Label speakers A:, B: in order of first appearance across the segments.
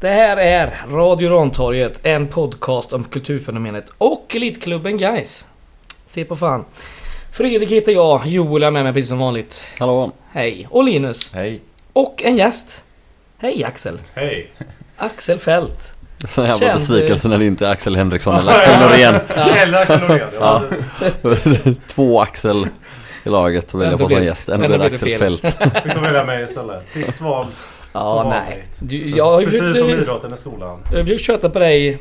A: Det här är Radio Rantorget, en podcast om kulturfenomenet och Elitklubben guys. Se på fan. Fredrik heter jag, Joel är med mig precis som vanligt.
B: Hallå!
A: Hej! Och Linus.
B: Hej!
A: Och en gäst. Hej Axel!
C: Hej!
A: Axel Fält.
B: Så jävla
A: Känd,
B: besviken när det inte är Axel Henriksson eller Axel Norén.
C: Eller Axel Norén. Ja. precis.
B: Två Axel i laget att välja
A: Ändå
B: på som
A: blir-
B: gäst. Ändå
A: ändå
B: blir det
A: blir det
B: Axel Fält.
C: Vi får välja mig istället. Sist val,
A: Ja,
C: Som
A: nej.
C: vanligt.
A: Du, jag har ju
C: precis
A: försökt-
C: som idrotten i skolan.
A: jag Eh, har försökt tjöta på dig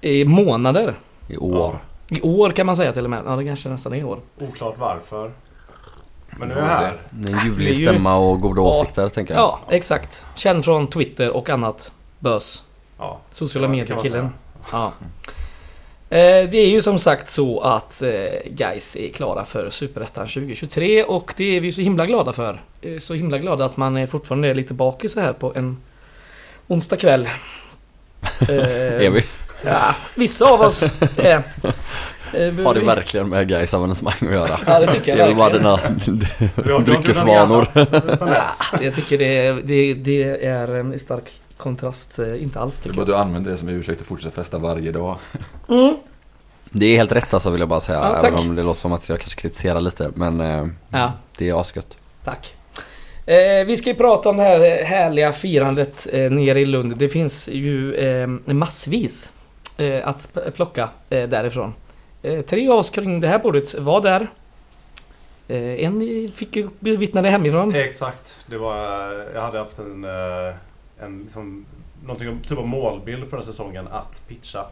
A: i månader.
B: I år.
A: I år kan man säga till och med. Ja, det kanske nästan är i år.
C: Oklart varför. Men nu är
B: Får
C: jag
B: vi
C: här.
B: se. Det är En ljuvlig
A: Det är ju-
B: stämma och goda
A: Ja.
B: åsikter tänker jag.
A: Ja, exakt. Känd från Twitter och annat bös.
C: Ja.
A: Sociala
C: Ja, det kan man
A: medier-killen. Ja.
B: Mm.
A: Eh, Det är ju som sagt så att eh, guys är klara för Superettan 2023 och det är vi så himla glada för. Eh, Så himla glada att man är fortfarande är lite bakis så här på en onsdag kväll.
B: Är vi?
A: Ja, vissa av oss eh, eh,
B: Har det
A: behöver-
B: verkligen med Gais avancemang att göra?
A: Ja, det tycker
B: Det
A: jag
B: är väl bara
A: verkligen.
B: dina
C: Vi har inte
B: dryckesvanor.
C: gjort något annat sen dess.
A: Jag tycker det, det, det är en stark kontrast, eh, inte alls
D: Det är
A: tycker
D: bara
A: jag.
D: att du använder det som ursäkt att fortsätta festa varje dag.
A: Mm.
B: Det är helt rätt alltså vill jag bara säga.
A: Ja, tack.
B: även om det låter som att jag kanske kritiserar lite. Men eh,
A: Ja.
B: det är asgött.
A: Tack. Eh, vi ska ju prata om det här härliga firandet eh, nere i Lund. Det finns ju eh, massvis eh, att p- plocka eh, därifrån. Eh, tre av oss kring det här bordet var där. Eh, en fick ju bevittna det hemifrån.
C: Exakt. Det var, jag hade haft en, eh, en liksom, någonting, om- typ av målbild förra säsongen att pitcha.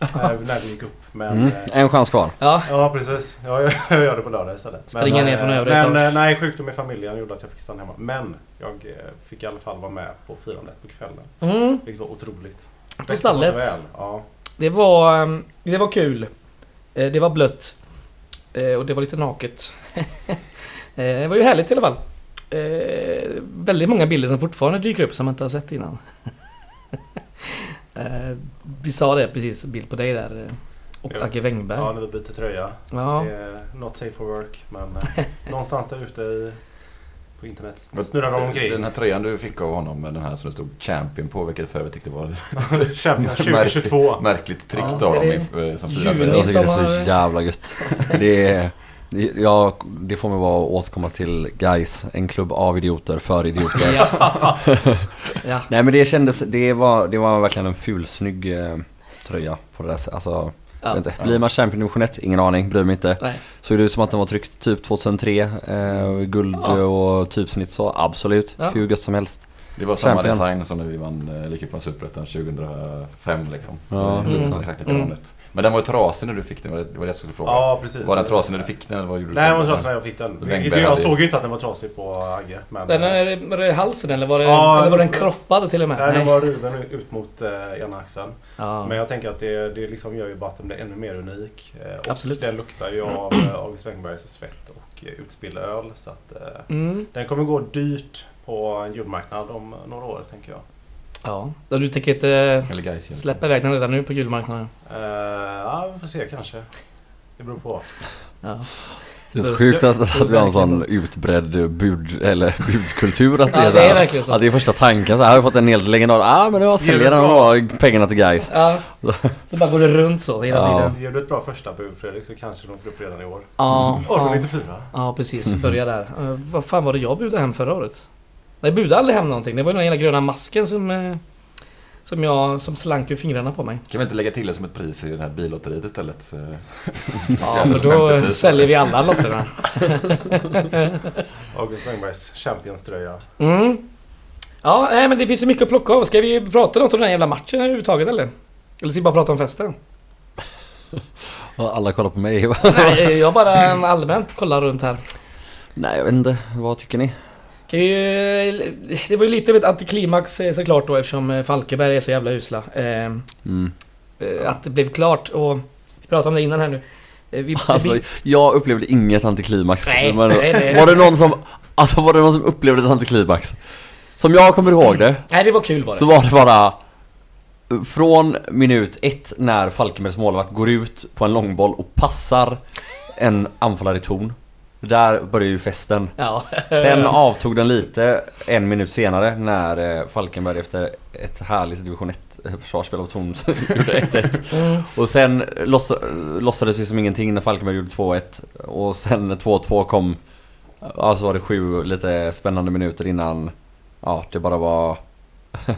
C: eh, när vi gick upp. Men,
B: Mm.
C: eh,
B: En chans kvar.
A: Ja,
C: Ja precis, Ja, jag, jag gör det på lördag istället.
A: Springa ner
C: eh,
A: från övre
C: Men
A: etage.
C: eh, nej, sjukdom i familjen gjorde att jag fick stanna hemma. Men jag eh, fick i alla fall vara med på firandet på kvällen.
A: mm,
C: Vilket var otroligt.
A: på stallet.
C: Väl. Ja.
A: Det var, ehm, det var kul. Eh, Det var blött. Eh, Och det var lite naket. Eh, Det var ju härligt i alla fall. Eh, Väldigt många bilder som fortfarande dyker upp som man inte har sett innan. Eh, Vi sa det precis, bild på dig där. eh, Och
C: Ja.
A: Agge Wängberg.
C: ja,
A: Ja,
C: när vi byter tröja. Det är not safe for work. Men eh, någonstans där ute i, på internet snurrar de
D: Den
C: omkring.
D: här tröjan du fick av honom med den här som det stod champion på, vilket för övrigt tyckte var
C: Kämpa 2022.
D: märkligt trickt
A: Ja,
D: av dem
A: det är
D: i- eh, som
A: juni.
D: firade.
B: Jag tycker det är
A: Midsommar-
B: så jävla gött. Det, är, ja, det får mig bara återkomma till guys, en klubb av idioter för idioter.
A: ja. ja.
B: Nej men det kändes, det var, det var verkligen en ful snygg eh, tröja på det där sättet. Alltså,
A: ja.
B: vänta. Blir man champion i division 1? Ingen aning, bryr mig inte.
A: Nej.
B: Såg det ut som att den var tryckt typ 2003? Eh, guld
A: Ja.
B: och typsnitt så, absolut.
A: Ja.
B: Hur gött som helst.
D: Det var samma
B: Champion.
D: design som när vi vann eh, Elitcupen Superettan 2005 liksom.
B: Ja,
D: det såg
A: mm.
D: ut som exakt likadant
A: Mm.
D: ut. Men den var ju trasig när du fick den, det var det det var det jag skulle fråga.
C: Ja precis.
D: Var den trasig när du fick den eller vad gjorde du?
C: Nej, den var
D: sen?
C: trasig när jag fick den.
D: Så
C: Jag,
D: Wängberg
C: jag
D: hade ju-
C: såg ju inte att den var trasig på Agge. Men,
A: Den är, var det halsen eller var, det,
C: Ja,
A: eller var den
C: det-
A: kroppad till och med?
C: Nej, den var riven ut mot eh, ena axeln.
A: Ja.
C: Men jag tänker att det, det liksom gör ju bara att den blir ännu mer unik. Eh, och
A: Absolut.
C: den luktar ju av eh, August Wängbergs svett och eh, utspilld öl. Så att, eh,
A: Mm.
C: den kommer gå dyrt på en julmarknad om några år tänker jag.
A: ja. Du tänker inte eh,
D: Eller guys, egentligen.
A: släppa iväg den redan nu på julmarknaden?
C: Eh, ja, vi får se kanske. Det beror på.
A: Ja.
B: Det är så sjukt att, att vi har en sån utbredd bud, eller budkultur. Att det
A: Ja,
B: är, så
A: det är
B: här,
A: verkligen så.
B: att det är första tanken. Så här, har vi fått en helt legendar, ah men jag säljer den och pengarna till guys.
A: Ja. Så bara går det runt så hela
B: Ja.
A: tiden.
C: Ger du ett bra första bud Fredrik så kanske de går upp redan i år.
A: Ja, ja,
C: 1894.
A: ja precis. Börja där. Eh, vad fan var det jag budade hem förra året? Nej, jag budade aldrig hem någonting. Det var ju den ena gröna masken som, eh, som, jag, som slank ur fingrarna på mig.
D: Kan vi inte lägga till det som ett pris i det här billotteriet istället? Eh,
A: Ja, för då eh,
D: 50 pris.
A: säljer vi alla lotterna.
C: August Wängbergs Champions-tröja.
A: Mm. Ja, nej, men det finns ju mycket att plocka av. Ska vi prata något om den här jävla matchen överhuvudtaget eller? Eller ska vi bara prata om festen?
B: Och alla kollar på mig.
A: Nej, jag bara allmänt kollar runt här.
B: Nej jag vet inte, vad tycker ni?
A: Kan ju, det var ju lite av ett antiklimax eh, såklart då eftersom eh, Falkenberg är så jävla usla. Eh,
B: Mm.
A: eh, Att det blev klart och vi pratade om det innan här nu. Eh, Vi,
B: Alltså,
A: vi,
B: jag upplevde inget antiklimax.
A: Nej,
B: Men,
A: nej, nej.
B: Var det någon som, alltså var det någon som upplevde ett antiklimax? Som jag kommer ihåg det,
A: nej det var kul var det.
B: så var det bara från minut ett när Falkenbergs målvakt går ut på en långboll och passar en anfallare i torn. Där började ju festen.
A: Ja.
B: Sen avtog den lite en minut senare när eh, Falkenberg efter ett härligt division 1 försvarsspel av Torns gjorde 1-1.
A: Mm.
B: Och sen loss, låtsades vi som ingenting när Falkenberg gjorde 2-1. Och sen när 2-2 kom, ja så var det sju lite spännande minuter innan. Ja, det bara var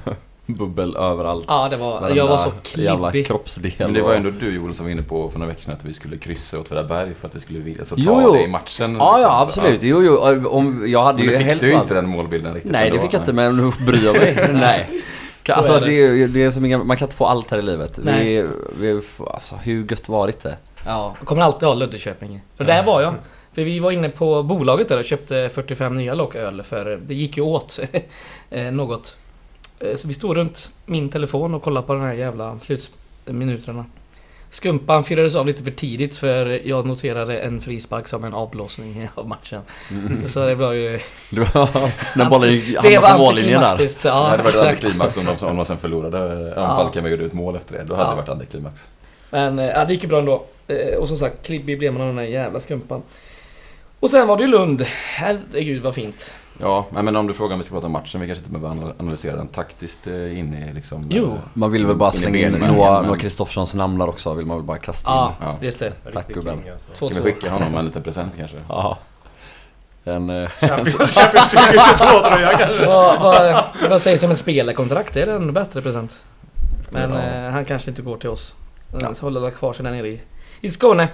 B: bubbel överallt.
A: Ja, det var...
B: Varenda
A: Jag var så
B: jävla
A: klibbig.
B: kroppsdel.
D: Men det var
B: och-
D: ju ändå du Joel som var inne på för några veckor sedan att vi skulle kryssa Åtvidaberg för att vi skulle vilja alltså, ta
B: Jo, jo.
D: det i matchen.
B: Ja,
D: liksom.
B: ja
D: Så,
B: absolut. Jo, jo. Om, jag hade
D: Men
B: ju
D: du fick
B: helst
D: du
B: varit-
D: inte den målbilden riktigt
B: Nej det
D: ändå.
B: fick jag inte men nu bryr jag mig. Nej.
A: Så
B: Alltså
A: är det.
B: det är, ju- det är så mycket, man kan inte få allt här i livet.
A: Nej.
B: Vi, vi, alltså hur gött var det inte?
A: Ja, jag kommer alltid ha Luddeköping. Och där var jag. För vi var inne på bolaget där och köpte 45 nya lock öl för det gick ju åt eh, något. Eh, Så vi stod runt min telefon och kollade på den här jävla slutminuterna. Skumpan fyrades av lite för tidigt för jag noterade en frispark som en avblåsning av matchen. Så det var ju...
B: Det var, när bollen gick,
A: Det var
B: hamnade på mållinjen där.
A: antiklimaktiskt. så Ja,
D: det hade varit
A: exakt.
D: antiklimax om de, om de sen förlorade. Om
A: Ja.
D: Falkenberg gjorde ett mål efter det. Då hade
A: Ja.
D: det varit antiklimax.
A: Men eh, ja, det gick ju bra ändå. Eh, Och som sagt, klibbig blev man av den där jävla skumpan. Och sen var det ju Lund. Herregud vad fint.
D: Ja, nej, men om du frågar om vi ska prata om matchen. Vi kanske inte behöver analysera den taktiskt eh, in i liksom...
A: Jo.
D: eh,
B: Man vill väl bara
D: in i
B: slänga in
D: benen,
B: Noah
D: men-
B: Noah Kristofferssons namn där också, vill man väl bara kasta in.
A: Ja,
D: Ja.
A: just det.
C: Riktig
B: gubben.
C: king, alltså.
D: Ska
A: 2-2.
D: vi skicka honom en liten present kanske?
B: Ja. En, eh,
C: Champions Champions League 22-tröja kanske?
A: vad, vad, vad sägs om en spelarkontrakt? Det är en bättre present. Men
D: Ja.
A: eh, han kanske inte går till oss. Han håller väl kvar sig där nere i, i Skåne.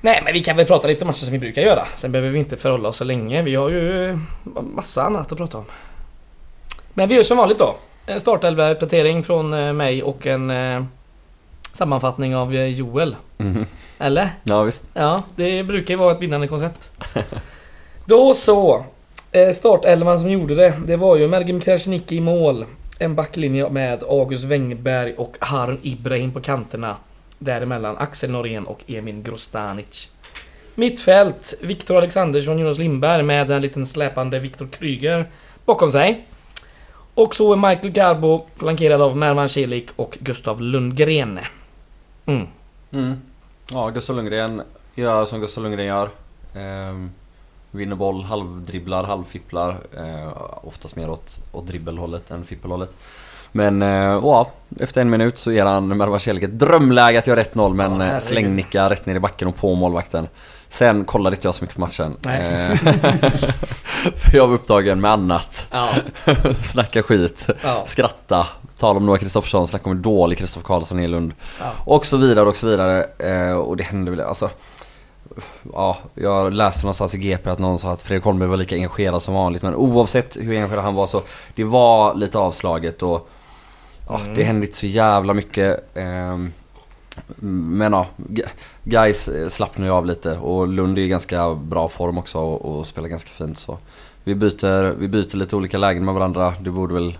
A: Nej men vi kan väl prata lite om matcher som vi brukar göra. Sen behöver vi inte förhålla oss så länge. Vi har ju eh, massa annat att prata om. Men vi gör som vanligt då. En startelva-uppdatering från eh, mig och en eh, sammanfattning av eh, Joel.
B: mhm.
A: Eller?
B: ja visst.
A: Ja, det brukar ju vara ett vinnande koncept. Då så. Eh, Startelvan som gjorde det, det var ju Mergim Krasniqi i mål. En backlinje med August Wengberg och Harun Ibrahim på kanterna. Däremellan Axel Norén och Emin Grostanic. Mittfält, Viktor Alexandersson, Jonas Lindberg med en liten släpande Viktor Kryger bakom sig. Och så är Michael Garbo flankerad av Mervan Celik och Gustav Lundgren. Mm.
B: Mm. Ja, Gustav Lundgren gör som Gustav Lundgren gör. Ehm, vinner boll, halvdribblar, halvfipplar. Eh, oftast mer åt, åt dribbelhållet än fippelhållet. Men eh, och ja, efter en minut så ger han Mervan Celik ett drömläge att göra 1-0
A: Ja,
B: men eh,
A: herregud.
B: slängnickar rätt ner i backen och på målvakten. Sen kollade inte jag så mycket på matchen.
A: Nej.
B: Eh, För jag var upptagen med annat.
A: Ja,
B: Snacka skit,
A: ja,
B: skratta, tala om Noah Kristoffersson, snacka om hur dålig Kristoffer Karlsson är i Lund.
A: ja.
B: Och så vidare och så vidare. Eh, och det hände väl, alltså. Ja, jag läste någonstans i GP att någon sa att Fredrik Holmberg var lika engagerad som vanligt. Men oavsett hur engagerad han var så det var lite avslaget och ja,
A: Mm.
B: det hände inte så jävla mycket. Ehm, men ja, guys slappnade ju av lite och Lund är i ganska bra form också och, och spelar ganska fint så. Vi byter, vi byter lite olika lägen med varandra. Det borde väl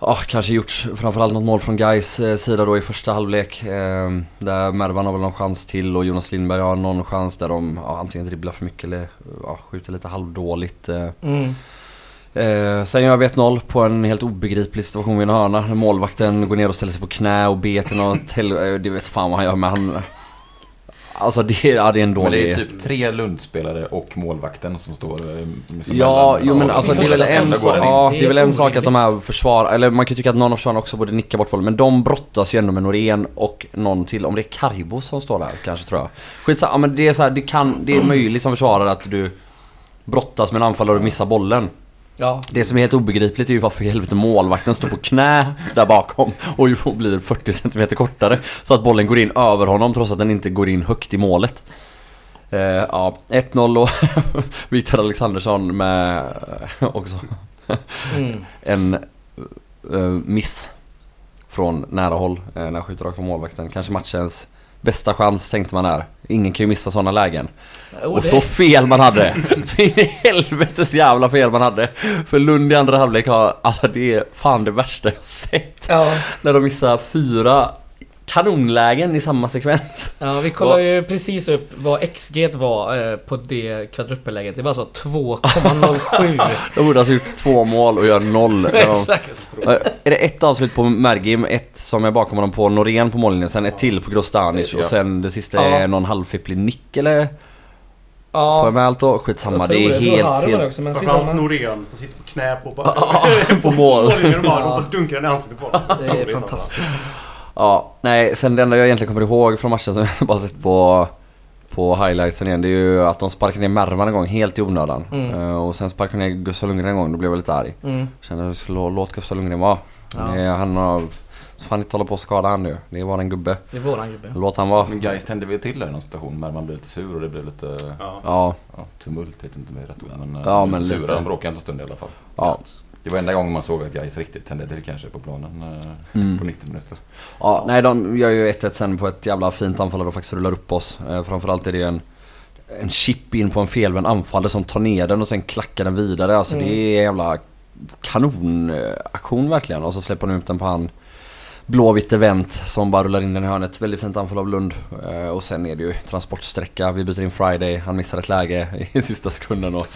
B: Ja, kanske gjorts framförallt något mål från Gais eh, sida då i första halvlek. Eh, där Mervan har väl någon chans till och Jonas Lindberg har någon chans där de ja, antingen dribblar för mycket eller ja, skjuter lite halvdåligt. Eh.
A: Mm.
B: Eh, sen gör vi 1-0 på en helt obegriplig situation vid en hörna. När Målvakten går ner och ställer sig på knä och ber till något helvete. Det vet fan vad han gör men han... Alltså det, är- ja, det är en dålig...
D: Men det är typ tre Lundspelare och målvakten som står... eh, som
B: Ja,
D: mellan-
B: jo men
D: Ja,
B: alltså
D: i
B: det är väl
D: första
B: en
D: stolpen
B: sak,
D: går den in.
B: ja,
A: in.
B: det är väl
A: Det är
B: en sak att de här
A: orimligt.
B: försvar eller man kan ju tycka att någon av försvararna också borde nicka bort bollen, men de brottas ju ändå med Norén och någon till, om det är Karibo som står där kanske tror jag. Skitsamma, ja, men det är så här, det kan, det är möjligt som försvarare att du brottas med en anfallare och missar bollen.
A: Ja.
B: Det som är helt obegripligt är ju varför i helvete målvakten står på knä där bakom och ju blir 40 cm kortare. Så att bollen går in över honom trots att den inte går in högt i målet. Eh, ja, 1-0 och Viktor Alexandersson med eh, också
A: Mm.
B: en eh, miss från nära håll eh, när han skjuter rakt på målvakten. Kanske matchens bästa chans tänkte man där. Ingen kan ju missa sådana lägen.
A: Och
B: Och
A: det-
B: så fel man hade! Så in i helvetes jävla fel man hade! För Lund i andra halvlek har, alltså det är fan det värsta jag sett.
A: Ja,
B: När de missar fyra kanonlägen i samma sekvens.
A: ja, vi kollar ju precis upp vad XG var eh, på det kvadrupelläget. Det var alltså 2,07.
B: De borde alltså gjort två mål och gör noll. När de-
A: Exakt.
B: Eh, Är det ett avslut på Mergim, ett som är bakom honom på Norén på mållinjen, sen ett till på Grostanic
D: Ja.
B: och sen det sista
A: Ja.
B: är någon halvfipplig nick eller? Får jag
A: Ja,
B: med allt då? Skitsamma,
A: jag
B: det
A: tror
B: är
A: Jag tror jag
B: helt,
A: har det var det
B: helt...
A: också, men
C: Framförallt
A: skitsamma.
C: Norén som sitter på knä på, på,
B: Ja, på mål.
C: mållinjen och bara
A: Ja.
C: och dunkar den i ansiktet på honom.
A: Det är fantastiskt.
B: Ja, nej, sen det enda jag egentligen kommer ihåg från matchen som jag bara sett på, på highlightsen igen, det är ju att de sparkade ner Mervan en gång helt i onödan.
A: Mm.
B: Eh, och sen sparkade de ner Gustav Lundgren en gång, då blev jag lite arg.
A: Mm.
B: Kände att lå- låt Gustav Lundgren vara.
A: Ja.
B: Det- Han har... Fan inte hålla på och skada han nu. Det är bara en gubbe.
A: Det är våran gubbe.
B: Låt han vara.
D: Men Gais tände väl till där i någon situation. Merman blev lite sur och det blev lite
C: Ja.
B: Ja,
D: ja, tumult. Jag vet inte om det är rätt ord. Men, eh,
B: Ja,
D: de blev
B: men
D: lite
B: lite.
D: sura. De bråkade en stund i alla fall.
B: ja.
D: Det var enda gången man såg att Gais riktigt tände till kanske på planen. eh,
B: Mm.
D: På 90 minuter.
B: Ja, nej de gör ju 1-1 sen på ett jävla fint anfall där de faktiskt rullar upp oss. Eh, framförallt är det ju en, en chip in på en felvänd anfallare som tar ner den och sen klackar den vidare. Alltså
A: Mm.
B: det är en jävla kanonaktion eh, verkligen. Och så släpper de ut den på han Blåvitt event som bara rullar in den i hörnet. Väldigt fint anfall av Lund. Eh, och sen är det ju transportsträcka. Vi byter in Friday. Han missar ett läge i sista sekunden. Och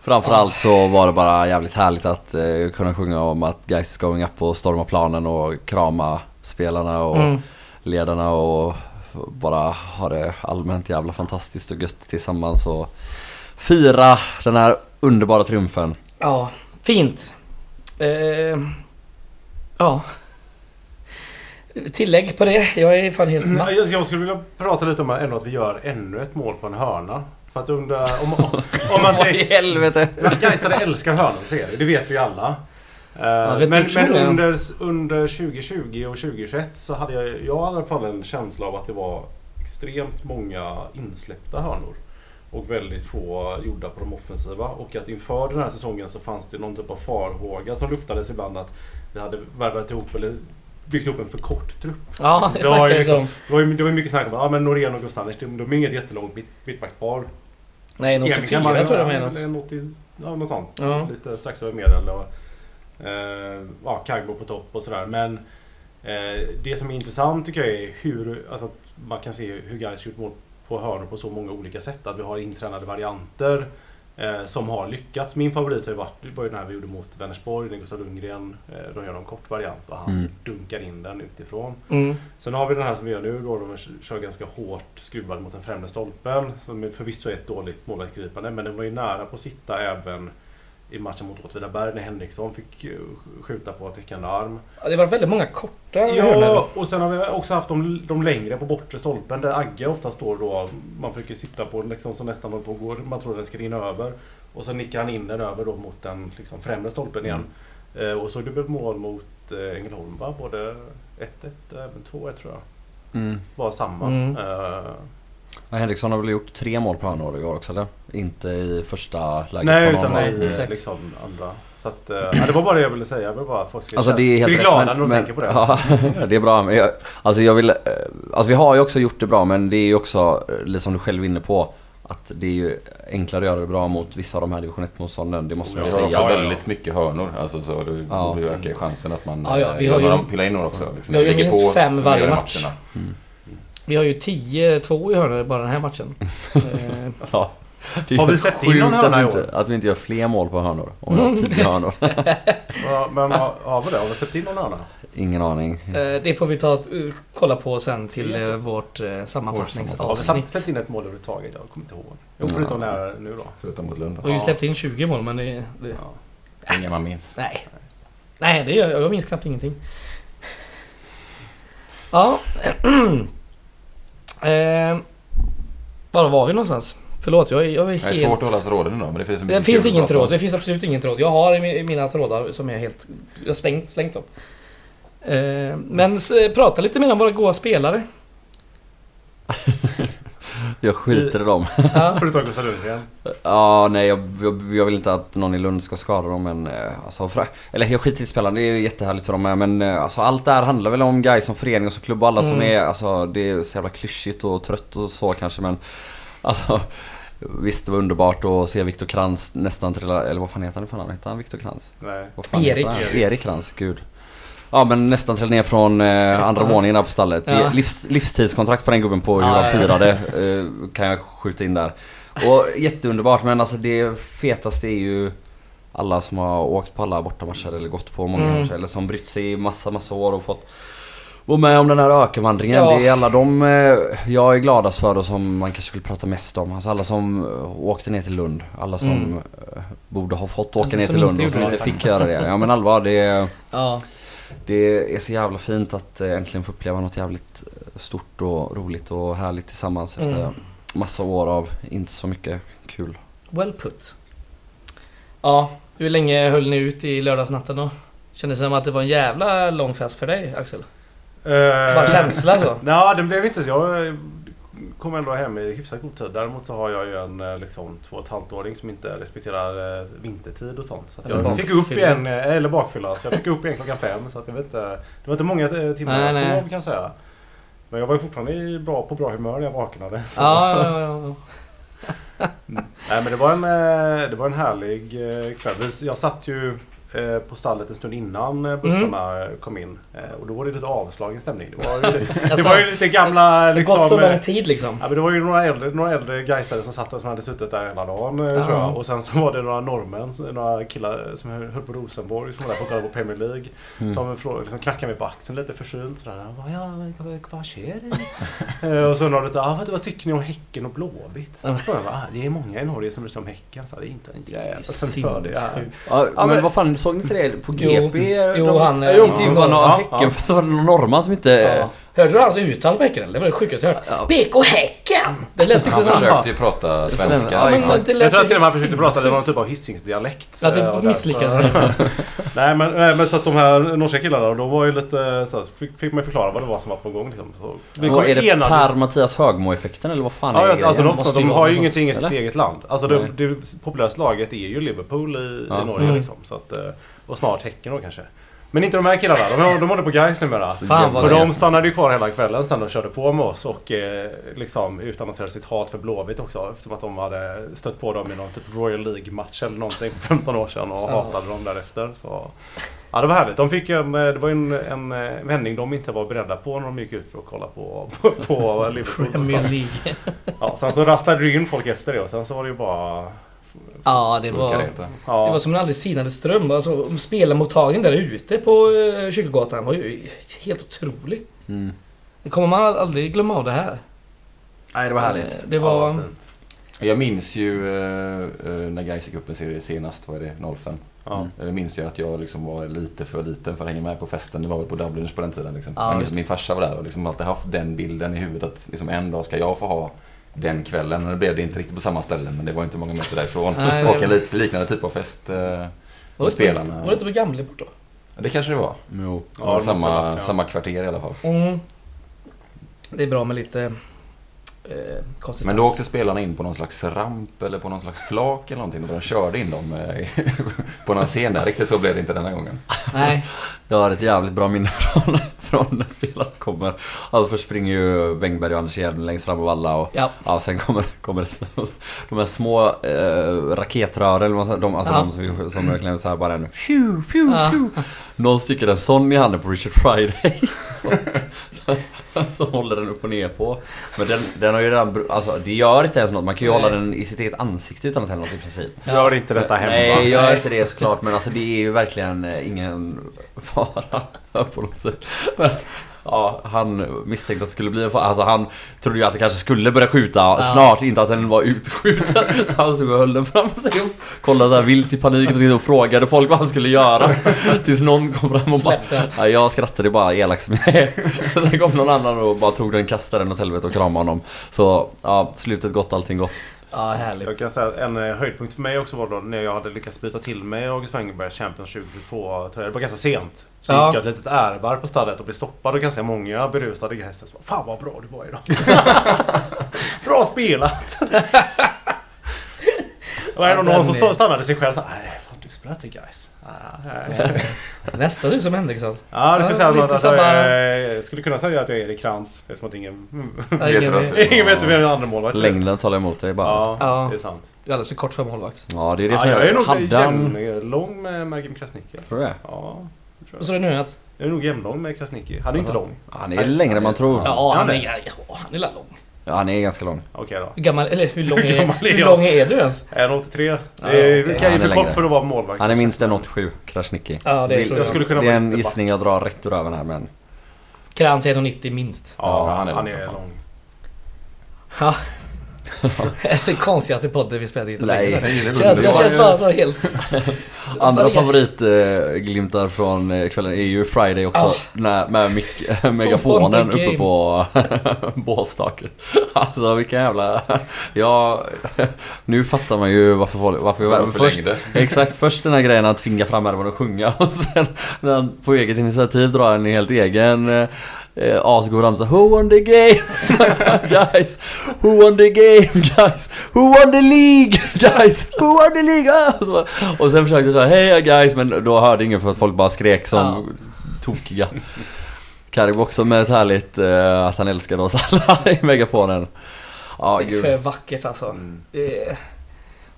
B: framförallt så var det bara jävligt härligt att eh, kunna sjunga om att guys is going up och storma planen och krama spelarna och
A: Mm.
B: ledarna och bara ha det allmänt jävla fantastiskt och gött tillsammans och fira den här underbara triumfen.
A: Ja, fint. Eh, ja. Tillägg på det? Jag är fan helt
C: Mm,
A: matt.
C: Jag jag skulle vilja prata lite om ändå att vi gör ännu ett mål på en hörna. För att undra om, om, om man
B: Vad i
C: tänker...
B: helvete!
C: Gaisare älskar hörnor, ser det. Det vet vi alla. Eh,
A: vet
C: men
A: inte så
C: men
A: många.
C: under, under 2020 och 2021 så hade jag, jag hade i alla fall en känsla av att det var extremt många insläppta hörnor. Och väldigt få gjorda på de offensiva. Och att inför den här säsongen så fanns det någon typ av farhåga som luftades ibland att vi hade värvat ihop eller byggt upp en för kort trupp.
A: Ja, det
C: Det var ju
A: snackar vi
C: liksom-
A: om.
C: Det var ju det var ju mycket snack om att ah, men Norén och Gustanic, de, de är inget jättelångt mitt, mittbackspar.
A: Nej, en
C: Emil kan bara
A: 84 tror jag de är
C: göra
A: något.
C: en 80 Ja, något sånt.
A: Ja.
C: Lite strax över medel. Och, eh, ja, Kagbo på topp och sådär. Men eh, det som är intressant tycker jag är hur alltså, att man kan se hur guys gjort mål på hörnor på så många olika sätt. Att vi har intränade varianter eh, som har lyckats. Min favorit har ju varit det var ju den här vi gjorde mot Vänersborg. När Gustav Lundgren, eh, de gör en kort variant och han
B: Mm.
C: dunkar in den utifrån.
A: Mm.
C: Sen har vi den här som vi gör nu då, de kör ganska hårt skruvad mot den främre stolpen. Som förvisso är ett dåligt målvaktsgripande, men den var ju nära på att sitta även i matchen mot Åtvidaberg när Henriksson fick eh, skjuta på täckande arm.
A: Ja, Det var väldigt många korta hörnor.
C: Ja, och sen har vi också haft de, de längre på bortre stolpen där Agge ofta står då. Man försöker sitta på den liksom, så nästan håller på att gå, man tror den ska rinna över. Och sen nickar han in den över då mot den liksom, främre stolpen igen. Eh, och så är det väl mål mot eh, Ängelholm va? Både 1-1 och även 2-1 tror jag
B: Mm.
C: var samma.
A: Mm.
C: Eh,
B: Ja, Henriksson har väl gjort tre mål på hörnor i år också eller? Inte i första läget
C: nej,
B: på Mm. någon
C: utan
B: av-
C: nej,
A: annan. Exakt.
C: liksom andra. Så att, eh, ja, det var bara det jag ville säga. Jag ville bara att folk ska
B: Alltså det är helt
C: bli
B: rätt,
C: glada
B: men-
C: när de
B: men-
C: tänker på det.
B: Ja, det är bra. Men jag, alltså jag vill... eh, Alltså vi har ju också gjort det bra men det är ju också, eh, lite som du själv är inne på, att det är ju enklare att göra det bra mot vissa av de här division 1 motstånden. Det måste
D: Vi
B: man
C: Ja,
B: ju
D: har
B: säga.
D: också
C: ja, ja.
D: väldigt mycket hörnor. Alltså, så det
B: Ja.
D: borde ju öka chansen att man
A: Ja, ja, vi
D: eh,
A: har ju-
D: några- pillar in några också. Liksom,
A: vi har ju
D: Lägger
A: minst fem
D: som
A: varje
D: gör
A: match.
D: matcherna.
B: Mm.
A: Vi har ju 10-2 i hörnor bara den här matchen. Eh,
B: Ja. Det är
C: Har vi
B: helt
C: släppt in
B: sjukt
C: någon hörna
B: Typ att, vi
C: i Mm.
B: inte, att vi inte gör fler mål på hörnor. Om typ vi har tio hörnor.
C: Ja, men har, har vi det? Har vi släppt in någon annan?
B: Ingen aning.
A: eh, det får vi ta eh, kolla på sen till eh, vårt eh,
C: Har vi släppt, släppt
A: sammanfattningsavsnitt.
C: in ett mål överhuvudtaget? Jag kommer inte ihåg. Jo,
B: Ja.
C: förutom det här nu då.
D: Förutom mot Lund.
A: Vi har ju släppt in 20 mål men det... det
C: Ja.
D: Inga man minns.
A: nej. Nej, det gör jag. Jag minns knappt ingenting. Ja. eh, var var vi någonstans? Förlåt, jag är, jag är
D: Det är
A: helt...
D: svårt att hålla tråden idag men det finns så mycket
A: Det finns
D: kul att
A: ingen
D: prata om.
A: tråd, det finns absolut ingen tråd. Jag har i mi- i mina trådar som är helt... Jag har slängt, slängt dem. Eh, men s- prata lite mer om våra goa spelare.
B: Jag skiter i dem.
A: Ja.
C: Förutom Gustav Lundgren.
B: Ja, nej jag, jag, jag vill inte att någon i Lund ska skada dem men... eh, Alltså, fra- eller jag skiter i spelarna, det är jättehärligt för dem med men eh, alltså, allt det här handlar väl om guys som förening och som klubb och alla som
A: Mm.
B: är... Alltså det är så jävla klyschigt och trött och så kanske men... Alltså... Visst det var underbart att se Viktor Krantz nästan trilla... Eller vad fan heter han nu för namn? Heter han Viktor Krantz?
C: Nej.
B: Vad fan heter
A: Erik.
B: han? Erik Krantz, gud. Ja men nästan trillade ner från eh, andra
A: Ja.
B: våningen där på stallet. Det
A: Ja.
B: är Livs, livstidskontrakt på den gubben på hur
A: Ja,
B: han
A: ja, ja.
B: firade eh, kan jag skjuta in där. Och jätteunderbart men alltså det fetaste är ju alla som har åkt på alla bortamatcher eller gått på många
A: Mm.
B: matcher eller som brytt sig i massa massa år och fått Var med om den här ökenvandringen.
A: Ja.
B: Det är alla de eh, jag är gladast för och som man kanske vill prata mest om. Alltså alla som eh, åkte ner till Lund. Alla som
A: Mm.
B: eh, borde ha fått
A: Alla
B: åka ner
A: som
B: till Lund
A: inte
B: och som
A: gjorde
B: inte
A: det.
B: fick göra det. Ja men allvar, det är,
A: Ja.
B: det är så jävla fint att eh, äntligen få uppleva något jävligt eh, stort och roligt och härligt tillsammans efter
A: Mm.
B: massa år av inte så mycket kul.
A: Well put. Ja, hur länge höll ni ut i lördagsnatten då? Kändes det som att det var en jävla lång fest för dig Axel?
C: Eh.
A: Bara känsla så?
C: Ja, den blev inte så. Jag kom ändå hem i hyfsat god tid. Däremot så har jag ju en eh, liksom, två och ett halvt åring som inte respekterar eh, vintertid och sånt. Så att jag
A: Eller
C: fick
A: bakfylla.
C: upp igen, eh, eller bakfylla. Så jag fick upp igen klockan fem. Så att jag vet inte. Det var inte många eh, timmar
A: Nej,
C: jag
A: nej.
C: sov kan jag säga. Men jag var ju fortfarande i bra, på bra humör när jag vaknade. Så.
A: Ja, ja, ja, ja.
C: Nej men det var en, eh, det var en härlig eh, kväll. Vi- Jag satt ju eh, på stallet en stund innan eh, bussarna
A: Mhm.
C: eh, kom in. Eh, Och då var det lite avslagen stämning. Det var ju, det var ju lite gamla
A: Det Alltså, har gått så
C: liksom... eh,
A: lång tid liksom.
C: Ja, men det var ju några äldre, några äldre gaisare som satt där som hade suttit där hela dagen. eh,
A: Ja.
C: Tror jag. Och sen så var det några norrmän, några killar som höll på Rosenborg som var där och kollade på Premier League.
A: Mm.
C: Som frågade, liksom knackade mig på axeln lite försynt sådär. Jag bara, ja, men vad- vad sker det? Eh, och så undrade lite, ah, vad, vad tycker ni om Häcken och Blåvitt?
A: Ja.
C: Och jag bara, ah, det är många i Norge som bryr sig om Häcken. Så här, det är inte en jävel som för det här.
A: Sinnessjukt.
B: Ja, men,
C: men-
B: vad fan såg ni inte det på
A: Jo.
B: GP?
A: Jo,
B: eh, de,
A: han,
B: de
A: eh,
B: intervjuade någon
C: ja,
B: Häcken
C: ja.
B: fast det var någon norrman som inte...
A: Ja. Hörde du hans uttal på Häcken? Det var det sjukaste jag hört.
B: Ja.
A: BK Häcken! Det lät liksom
D: Han försökte ju prata svenska. liksom.
B: Ja, men-
D: exakt.
A: det lät
C: Jag tror att till och med han
A: ju
C: försökte prata, det var någon typ av hissingsdialekt.
A: Ja, det
C: eh, och därför-
A: misslyckades han.
C: Nej men, nej, men så att de här norska killarna de var ju lite eh, så här, fick, fick man ju förklara vad det var som var på gång liksom. Så, vi
B: Vad
C: kom
B: är det
C: enades-
B: Per Mattias Högmo-effekten eller vad fan är
C: Ja, ja,
B: grejen?
C: alltså något
B: Måste
C: sånt.
B: ju
C: De
B: vara
C: har ju
B: något
C: ingenting i
B: sånt,
C: sitt
B: eller?
C: eget land. Alltså det,
B: Nej.
C: det populäraste laget är ju Liverpool i,
B: Ja.
C: i Norge
A: Mm.
C: liksom. Så att, eh, och snart Häcken då kanske. Men inte de här killarna. De, har- de håller på Gais numera.
A: Fan vad
C: För de
A: nice.
C: stannade ju kvar hela kvällen sen och körde på med oss och eh, liksom utannonserade sitt hat för Blåvitt också. Eftersom att de hade stött på dem i någon typ Royal League-match eller någonting för 15 år sedan och
A: Ja.
C: hatade dem därefter. Så. Ja det var härligt. De fick ju en, eh, det var ju en, en eh, vändning de inte var beredda på när de gick ut för att kolla på, på, på Liverpool.
A: Premier League.
C: Ja, sen så rasslade det ju in folk efter det och sen så var det ju bara...
A: Ja, det
D: Funkar
A: var...
D: det inte.
C: Ja,
A: Det var som en aldrig sinande ström. Alltså, spelarmottagningen där ute på eh, Kyrkogatan var ju helt otrolig.
B: Mm.
A: Det kommer man aldrig glömma av det här.
B: Nej, det var härligt.
A: Eh, Det var...
C: Ja, fint.
D: Jag minns ju eh, eh, när Gais gick upp en serie senast, vad är det, 05?
C: Ja.
D: Eller minns jag att jag liksom var lite för liten för att hänga med på festen. Det var väl på Dubliners på den tiden. Liksom.
A: Ja,
D: Men
A: just
D: just min farsa var där och liksom alltid haft den bilden i huvudet att liksom en dag ska jag få ha den kvällen. Och det blev det inte riktigt på samma ställe men det var inte många meter därifrån.
A: Nej, det-
D: och en lik- liknande typ av fest. eh,
A: Var det,
D: spelarna.
A: Var det inte på Gamlebort då?
D: Det kanske det var.
B: Jo.
D: Det
C: Ja,
D: var
C: det
D: samma,
C: måste det vara, ja.
D: samma kvarter i alla fall.
A: Mm. Det är bra med lite... Eh, konsistens.
D: Men då åkte spelarna in på någon slags ramp eller på någon slags flak eller någonting och de körde in dem eh, på någon scen där. Riktigt så blev det inte denna gången.
A: Nej.
B: Jag har ett jävligt bra minne från, från när spelet kommer. Alltså först springer ju Wängberg och Anders Hjelm längst fram av alla och
A: Ja.
B: ja, sen kommer, kommer resten. Och så- De här små eh, raketrören, eller vad man säger, de, alltså
A: Ja.
B: de som, som verkligen så här bara en pju, pju,
A: Ja.
B: pju. Någon sticker en sån i handen på Richard Friday. Som, som håller den upp och ner på. Men den, den har ju redan, br- alltså det gör inte ens något. Man kan ju hålla
A: Nej.
B: den i sitt eget ansikte utan att hända något i princip.
C: Gör inte detta hemma.
B: Nej, gör inte det såklart. Men alltså det är ju verkligen eh, ingen fara på något sätt. Men, ja, han misstänkte att det skulle bli en fara. Alltså han trodde ju att det kanske skulle börja skjuta snart. Inte att den var utskjuten. Så han stod och höll den framför sig och kollade så här vilt i panik och, och frågade folk vad han skulle göra. Tills någon kom fram och bara...
A: Släpp den.
B: Ja, jag skrattade bara elakt som jag är. Sen kom någon annan och bara tog den, kastade den åt helvete och kramade honom. Så ja, slutet gott, allting gott.
A: Ja, härligt.
C: Jag kan säga att en eh, höjdpunkt för mig också var då när jag hade lyckats byta till mig August Wengerbergs Champions 2022 tröja. Det var ganska sent. Så
A: Ja.
C: gick jag ett litet ärvarv på stallet och blev stoppad och ganska många berusade gäster som bara, Fan vad bra du var idag. bra spelat. Det var ändå
A: den
C: någon som
A: är-
C: stå- stannade sig själv och sa Nej, fan du spelar inte guys. Ah,
A: Nästan du som Henriksson.
C: Ja, det
A: Ja,
C: kan säga
A: lite
C: att
A: samma-
C: jag eh, skulle kunna säga att jag är Erik Krantz eftersom att ingen, mm.
A: Ja,
D: Vet du vad jag
A: ingen-
D: säger?
C: ingen vet vem den andra målvakten är.
B: Längden talar emot dig bara.
C: Ja,
A: Ja.
C: det är sant.
A: Jag är alldeles för kort för målvakt.
B: Ja, det är det
C: Ja,
B: som
C: jag är nog
B: Hade han...
C: jämnlång med Mergim Krasniqi.
B: Tror du det?
C: Ja,
A: Vad sa du nu? Att,
C: jag är nog jämnlång med Krasniqi. Han är inte
B: Jaha.
C: lång.
B: Han är längre än man tror. Ja.
A: ja, han
C: han
A: är,
C: är-
A: ja, han är la lång.
B: Han är ganska lång.
C: Okej då.
A: Hur gammal, eller hur lång
C: Hur
A: är,
C: gammal är
A: hur
C: jag?
A: lång är du ens?
C: 1,83.
A: Ja,
C: Det är,
A: okej.
C: det kan
B: Ja,
C: ju
B: han är
C: för kort
B: längre.
C: för att vara målvakt.
B: Han är minst en 87, Krasniqi.
A: Ja, det
B: Vill-
A: tror
C: jag skulle kunna
B: det är
C: vara
B: en
C: lite
B: gissning jag drar rätt ur öven här men...
A: Krantz 1,90 minst.
D: Ja, han är
C: han
D: lång som
C: är
D: fan.
C: lång.
A: Ja. det konstigaste podden vi spelade in.
B: Nej.
D: Jag gillar
A: Känns, jag
D: Gunde.
A: känns bara så helt...
B: Andra
A: Varför är-
B: favoritglimtar från eh, kvällen är ju Friday också.
A: Ah.
B: När, med mic- megafonen
A: Game.
B: uppe på båstaket. Alltså vilken jävla... Ja, nu fattar man ju varför folk... Varför,
D: För-
B: först,
D: Förlängde.
B: exakt, först den här grejen att tvinga fram ärmarna och sjunga och sen när han på eget initiativ drar en helt egen eh, eh, asgod ramsa. Who won the game? guys! Who won the game guys? Who won the league guys? Who won the league? Ah, Och, så, bara- och sen försökte jag säga hej guys men då hörde ingen för att folk bara skrek som
A: Ja.
B: tokiga. Karibu också med ett härligt eh, att han älskade oss alla i megafonen. Ja,
A: Det är för
B: gud.
A: vackert alltså.
C: Mm.
A: Det är-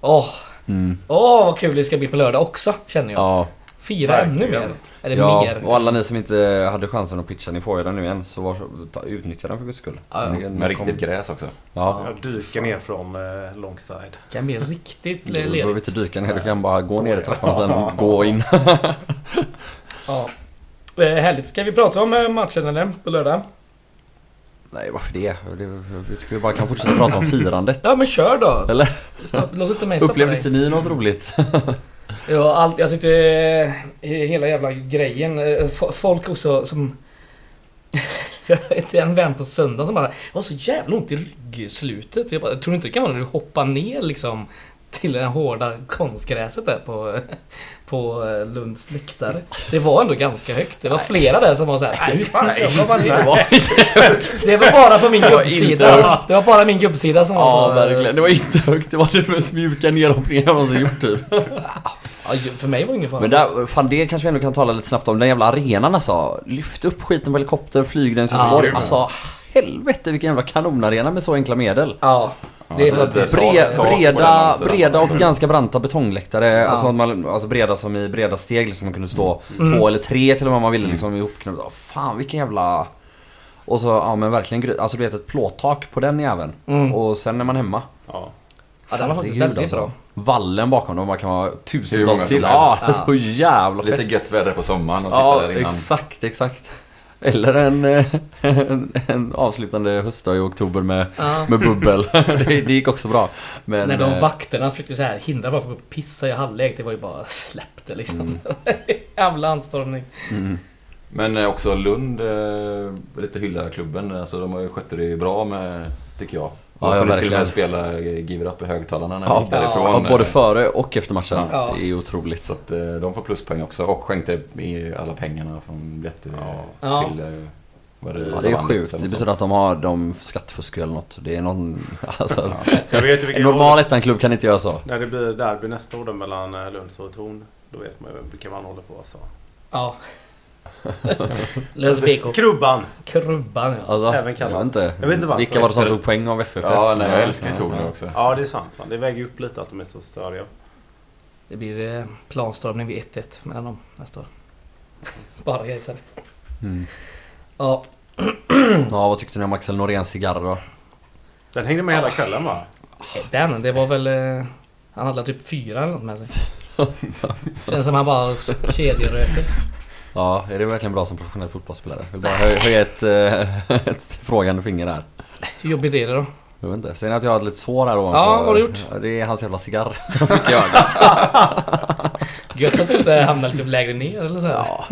A: Åh,
B: Mm.
A: åh vad kul det ska bli på lördag också känner jag.
B: Ja,
A: Fira ännu
C: verkligen.
A: mer. Eller
B: ja,
A: mer.
B: och alla ni som inte hade chansen att pitcha, ni får ju den nu igen. Så var, ta, utnyttja den för guds skull.
A: Ja, ja.
B: Ni- ni
D: Med
B: kom-
D: riktigt gräs också.
B: Ja.
C: Jag dyker ner från eh, longside.
A: Det kan bli riktigt
B: Du behöver inte
A: ledigt.
B: dyka ner, du kan bara gå ner i trappan och sen gå in.
A: Ja. Eh, Härligt. Ska vi prata om eh, matchen eller? På lördag?
B: Nej varför det? det vi tycker vi bara kan fortsätta prata om firandet.
A: Ja men kör då.
B: Eller?
A: Stopp, låt inte mig stoppa
B: Upplevde
A: dig.
B: inte ni något roligt?
A: Ja, allt, jag tyckte eh, hela jävla grejen, eh, fo- folk också som... Jag har en vän på söndagen som bara Jag har så jävla ont i ryggslutet. Jag bara, tror du inte det kan vara när du hoppar ner liksom till det här hårda konstgräset där på, på eh, Lunds läktare. Det var ändå ganska högt. Det var flera där som var såhär Nej, hur fan, jag hoppar ner."
B: Det var,
A: Det var bara på min
B: Det var inte
A: gubbsida.
B: högt.
A: Det var bara min gubbsida som var
B: ja
A: så. eh,
B: verkligen, det var inte högt. Det var det mest mjuka nerhoppningen jag någonsin gjort typ.
A: Ja, för mig var det ingen fara.
B: Men där, fan det kanske vi ändå kan tala lite snabbt om. Den jävla arenan alltså. Lyft upp skiten på helikopter, flyg den till
A: Ja,
B: Göteborg.
A: grym.
B: Alltså helvete vilken jävla kanonarena med så enkla medel.
A: Ja, det är för att
D: lite
B: Bre,
D: tak- tak på den
B: breda,
D: också. Mm.
B: breda och
D: Så-
B: ganska branta betongläktare.
A: Ja.
B: Alltså, att man, alltså breda som i breda steg liksom. Man kunde stå
D: Mm.
B: två
A: Mm.
B: eller tre till och med om man ville liksom ihopknutna. Åh, Fan vilken jävla... Och så, ja men verkligen gry- Alltså du vet ett plåttak på den jäveln.
A: Mm.
B: Och sen är man hemma.
C: Ja.
A: ja, den var faktiskt alltså.
B: Herregud, alltså.
A: väldigt bra.
B: Vallen bakom dem, man kan vara
D: Hur många
B: tusentals
D: som
B: till.
D: helst.
B: Ja, det är så jävla fett.
D: Lite gött väder på sommaren och sitta
B: ja,
D: där innan.
B: exakt, exakt. Eller en, eh, en, en avslutande höstdag i oktober med,
A: Ja.
B: med bubbel. det, det gick också bra. Men,
A: När de
B: eh,
A: vakterna försökte så här hindra bara för att gå och pissa i halvlek. Det var ju bara släppte liksom.
B: Mm.
A: Jävla anstormning.
D: Men eh, också Lund, eh, lite hylla klubben. Alltså, de har ju skött det bra med, tycker jag.
B: Ja,
D: Ja,
B: ja,
D: jag kunde till och
B: verkligen.
D: med spela eh, Give It Up i högtalarna när vi
B: Ja,
D: gick därifrån.
B: Ja, både
D: Eh,
B: före och efter matchen.
A: Ja.
B: Det är otroligt. Så.
D: att, eh, De får pluspoäng också och skänkte i alla pengarna från biljetter
A: Ja.
D: till... eh, vad alltså, är
B: Ja, det är
D: Savannet
B: sjukt. Det
D: eller något
B: betyder
D: sånt.
B: att de har de skattefuskar eller något. Det är någon... Alltså,
C: Jag vet ju
B: en
C: vilken
B: normal ettan-klubb kan inte göra så.
C: När det blir derby nästa år då mellan eh, Lunds och Torn. Då vet man ju vilka man håller på alltså.
A: Ja. Lös BK.
C: Alltså, Krubban!
A: Krubban ja.
B: Alltså,
C: Även kan-
B: jag vet inte.
C: Jag vet inte varför.
B: Vilka var det som
C: Efter-
B: tog poäng av FFF?
D: Ja, nej, jag älskar ju Tornio också.
C: Ja det är sant. Man. Det väger ju upp lite att de är så störiga.
A: Det blir eh, planstormning vid 1-1 mellan dem nästa år. Bara gaisare.
B: Mm.
A: Ja.
B: Ja, vad tyckte ni om Axel Noréns cigarr då?
C: Den hängde med hela kvällen va?
A: Den, det var väl... eh, Han hade typ fyra eller något med sig. Känns som han bara kedjeröker.
B: Ja, är det verkligen bra som professionell fotbollsspelare? Jag vill bara hö- höja ett, eh, ett frågande finger här.
A: Hur jobbigt är det då?
B: Jag vet inte. Ser ni att jag har ett litet sår här ovanför?
A: Ja, vad har du gjort?
B: Det är hans jävla cigarr. Fick jag ögat.
A: Gött att du inte hamnar liksom lägre ner eller så här.
B: Ja.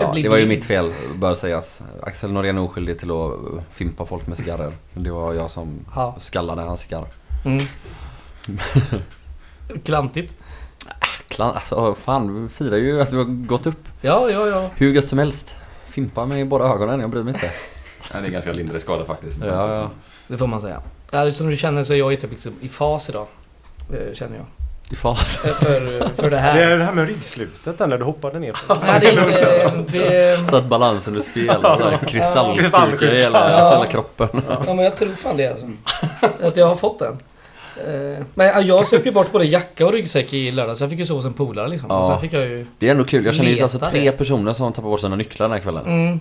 B: Ja, det var ju mitt fel, bör sägas. Axel Norén är oskyldig till att fimpa folk med cigarrer. Det var jag som
A: Ja.
B: skallade hans cigarr.
A: Mm. Klantigt.
B: Klan, alltså fan, vi firar ju att vi har gått upp.
A: Ja, ja, ja.
B: Hur gött som helst. Fimpa mig i båda ögonen, jag bryr mig inte.
D: Ja, det är ganska lindrig skada faktiskt.
B: Ja, ja.
A: Det får man säga. Ja, som du känner så är jag inte liksom i fas idag. Eh, Känner jag.
B: I fas.
A: Eh, För, för det
C: Det är
A: här.
C: det här med ryggslutet där när du hoppade ner. från-
A: Nej, det är inte... Det,
B: Så att balansen ur spel, så här kristallstyrka
C: Kristallsjuka.
B: i hela,
A: Ja.
B: hela kroppen.
A: ja, men jag tror fan det alltså. Att jag har fått den. Eh, Men ja, jag söp ju bort både jacka och ryggsäck i lördags. Jag fick ju sova hos en polare liksom.
B: Ja.
A: Och sen fick jag ju...
B: Det är ändå kul, jag känner ju
A: Leta
B: alltså tre
A: det.
B: personer som tappar bort sina nycklar den här kvällen.
A: Mm,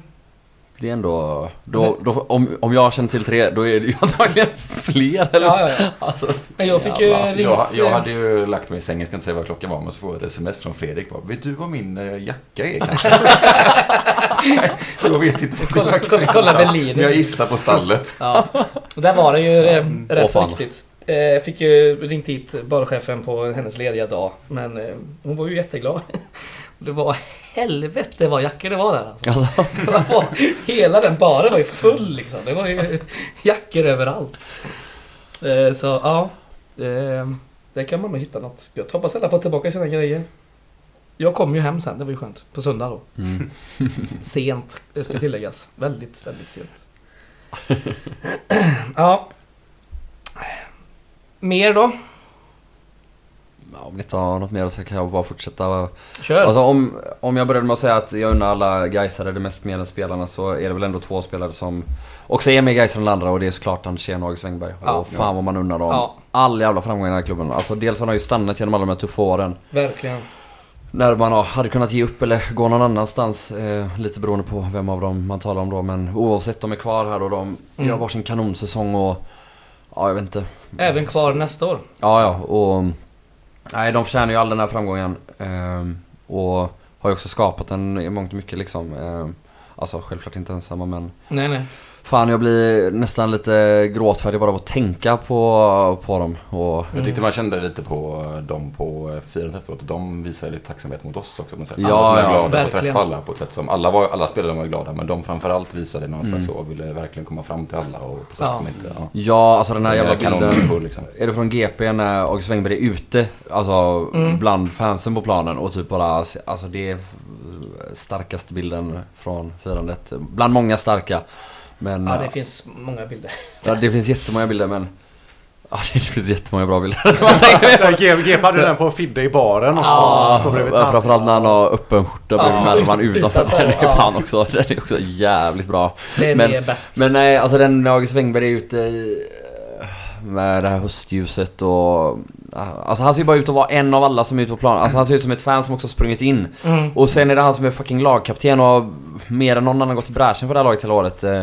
B: Det är ändå... Då, då, om, om jag känner till tre, då är det ju antagligen fler eller?
A: Ja, ja, ja.
B: Alltså,
A: Men jag fick ju
B: jävlar.
A: ringt...
D: Jag, jag
A: eh,
D: hade ju lagt mig i sängen, jag ska inte säga vad klockan var, men så får jag ett sms från Fredrik. Bara, vet du vad min eh, jacka är kanske? jag vet inte. vad
A: Kolla,
D: jackan
A: kolla,
D: är.
A: kolla Berlin.
D: Men Jag gissar på stallet.
A: Ja, och där var det ju eh, rätt
B: Mm. åh, fan.
A: riktigt. Eh, Jag fick ju ringt hit barchefen på hennes lediga dag. Men eh, hon var ju jätteglad. Det var helvete vad jackor det var där alltså.
B: Alltså,
A: Det var, hela den baren var ju full liksom. Det var ju jackor överallt. Eh, Så ja. eh, Där kan man nog hitta något gött. Hoppas alla får tillbaka sina grejer. Jag kom ju hem sen, det var ju skönt. På söndag då.
B: mm.
A: Sent, det ska tilläggas. Väldigt, väldigt sent. ja. Mer då?
B: Ja, Om ni inte har något mer så kan jag bara fortsätta
A: Kör!
B: Alltså om, om jag började med att säga att jag unnar alla Gaisare det mest mer än spelarna så är det väl ändå två spelare som också är mer Gaisare än alla andra och det är såklart Anders Ehn och August Wengberg.
A: Ja.
B: och fan vad man unnar dem.
A: ja,
B: All jävla framgång i den här klubben. Alltså dels har han ju stannat genom alla de här tuffa åren.
A: verkligen.
B: När man har- hade kunnat ge upp eller gå någon annanstans. Eh, lite beroende på vem av dem man talar om då. Men oavsett, de är kvar här och de
A: Mm.
B: gör varsin kanonsäsong och... Ja, jag vet inte.
A: Även kvar nästa år.
B: Ja, ja. Och, nej, de förtjänar ju all den här framgången. Ehm, och har ju också skapat den i mångt och mycket liksom. Ehm, alltså självklart inte ensamma men...
A: Nej, nej.
B: Fan jag blir nästan lite gråtfärdig bara av att tänka på, på dem. Och,
D: Jag
A: Mm.
D: tyckte man kände lite på eh, dem på eh, firandet efteråt. De visade lite tacksamhet mot oss också. Men så här,
B: Ja,
D: alla som är
B: ja,
D: glada på att
A: verkligen.
D: träffa alla på ett sätt som... Alla, var, alla spelare var glada, men de framförallt visade någon slags
B: Mm.
D: så. Ville verkligen komma fram till alla och på sätt
A: Ja.
D: som inte... Ja.
B: ja, alltså den här jävla bilden.
D: kanonmänniskor liksom.
B: Är det från GP när August Wengberg är ute, alltså
A: Mm.
B: bland fansen på planen och typ bara, alltså det är starkaste bilden från firandet. Bland många starka. Men
A: Ja, det finns många bilder.
B: Ja, det finns jättemånga bilder men... Ja, det finns jättemånga bra bilder. Man tänker-
C: GP hade ju den på Fidde i baren också. Han
B: Ja,
C: står bredvid tant-
B: framförallt när han har öppen skjorta bredvid
A: Ja.
B: märvan utanför.
A: Utanför,
B: Den är
A: ja.
B: fan också, den är också jävligt bra.
A: Det är
B: Men-
A: det bäst.
B: Men nej, alltså den när August Wengberg är ute i... Med det här höstljuset och... Alltså han ser ju bara ut att vara en av alla som är ute på planen. Alltså han ser ut som ett fan som också har sprungit in.
A: Mm.
B: Och sen är det han som är fucking lagkapten och har mer än någon annan gått i bräschen för det här laget hela året. Eh,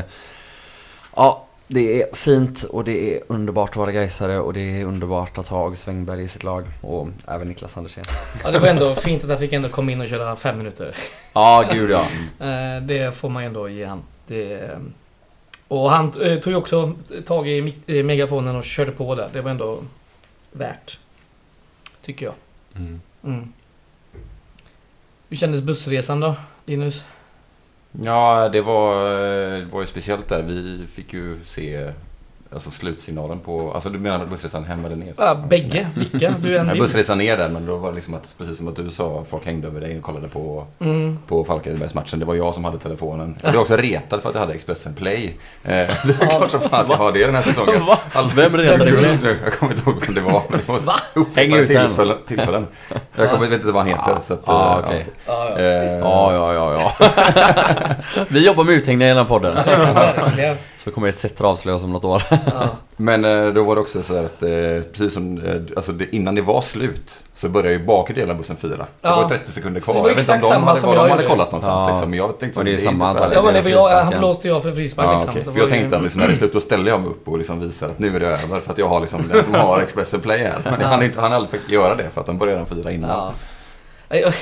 B: Ja, det är fint och det är underbart att vara Gaisare och det är underbart att ha August Wengberg i sitt lag och även Niklas Andersén.
A: Ja, det var ändå fint att han fick ändå komma in och köra fem minuter.
B: Ja, gud ja.
A: Eh, Det får man ju ändå ge han. Det, och han eh, tog ju också tag i mik- i megafonen och körde på där. Det var ändå värt. Tycker jag. Mm. Hur kändes bussresan då, Linus?
D: Ja, det var, eh, det var ju speciellt där. Vi fick ju se alltså, slutsignalen på... Alltså du menar bussresan hem eller ner?
A: Ah, bägge, vilka du än
D: Nej,
A: vill.
D: bussresan ner där, men då var det liksom att, precis som att du sa, folk hängde över dig och kollade på,
A: Mm.
D: på Falkenbergsmatchen. Det var jag som hade telefonen. Jag blev också retad för att jag hade Expressen Play. Eh, det är klart som fan att jag har det den här säsongen. All... Vem
B: retade du
D: dig? Jag kommer inte ihåg vem det var. Men det var så
B: Häng ut den.
D: tillfällen, tillfällen. Jag kommer, vet inte vad han heter. Så att,
B: Ja,
D: eh,
B: okej.
A: Ja,
D: ja. Eh,
B: Ja, ja, ja, ja. Vi jobbar med uthängningar i den här podden.
A: ja, verkligen.
B: Så kommer ett sätt att avslöjas om något år.
A: Ja.
D: Men eh, då var det också så här att eh, precis som, eh, alltså det, innan det var slut så började ju bakre delen av bussen fyra.
A: Ja.
D: Det var ju 30 sekunder kvar.
A: Det var
D: jag vet inte
A: exakt
D: om de
A: samma
D: hade,
A: som
D: vad
A: jag
D: de hade
A: gjorde.
D: kollat någonstans
B: Ja.
D: liksom. Men jag tänkte
B: Och det är
D: inte
B: samma
D: för-
B: antal.
A: Ja, men det var jag, han
B: frisparken.
A: blåste ju av för frispark
D: Ja,
A: liksom.
D: okej.
A: Så
D: För jag
A: var det-
D: tänkte att liksom, när det är slut då ställer jag mig upp och liksom visar att nu är det över för att jag har liksom den som har Expressen Play här. Men
A: Ja.
D: han, inte, han aldrig fick göra det för att de började redan fyra innan.
A: Ja. Jag-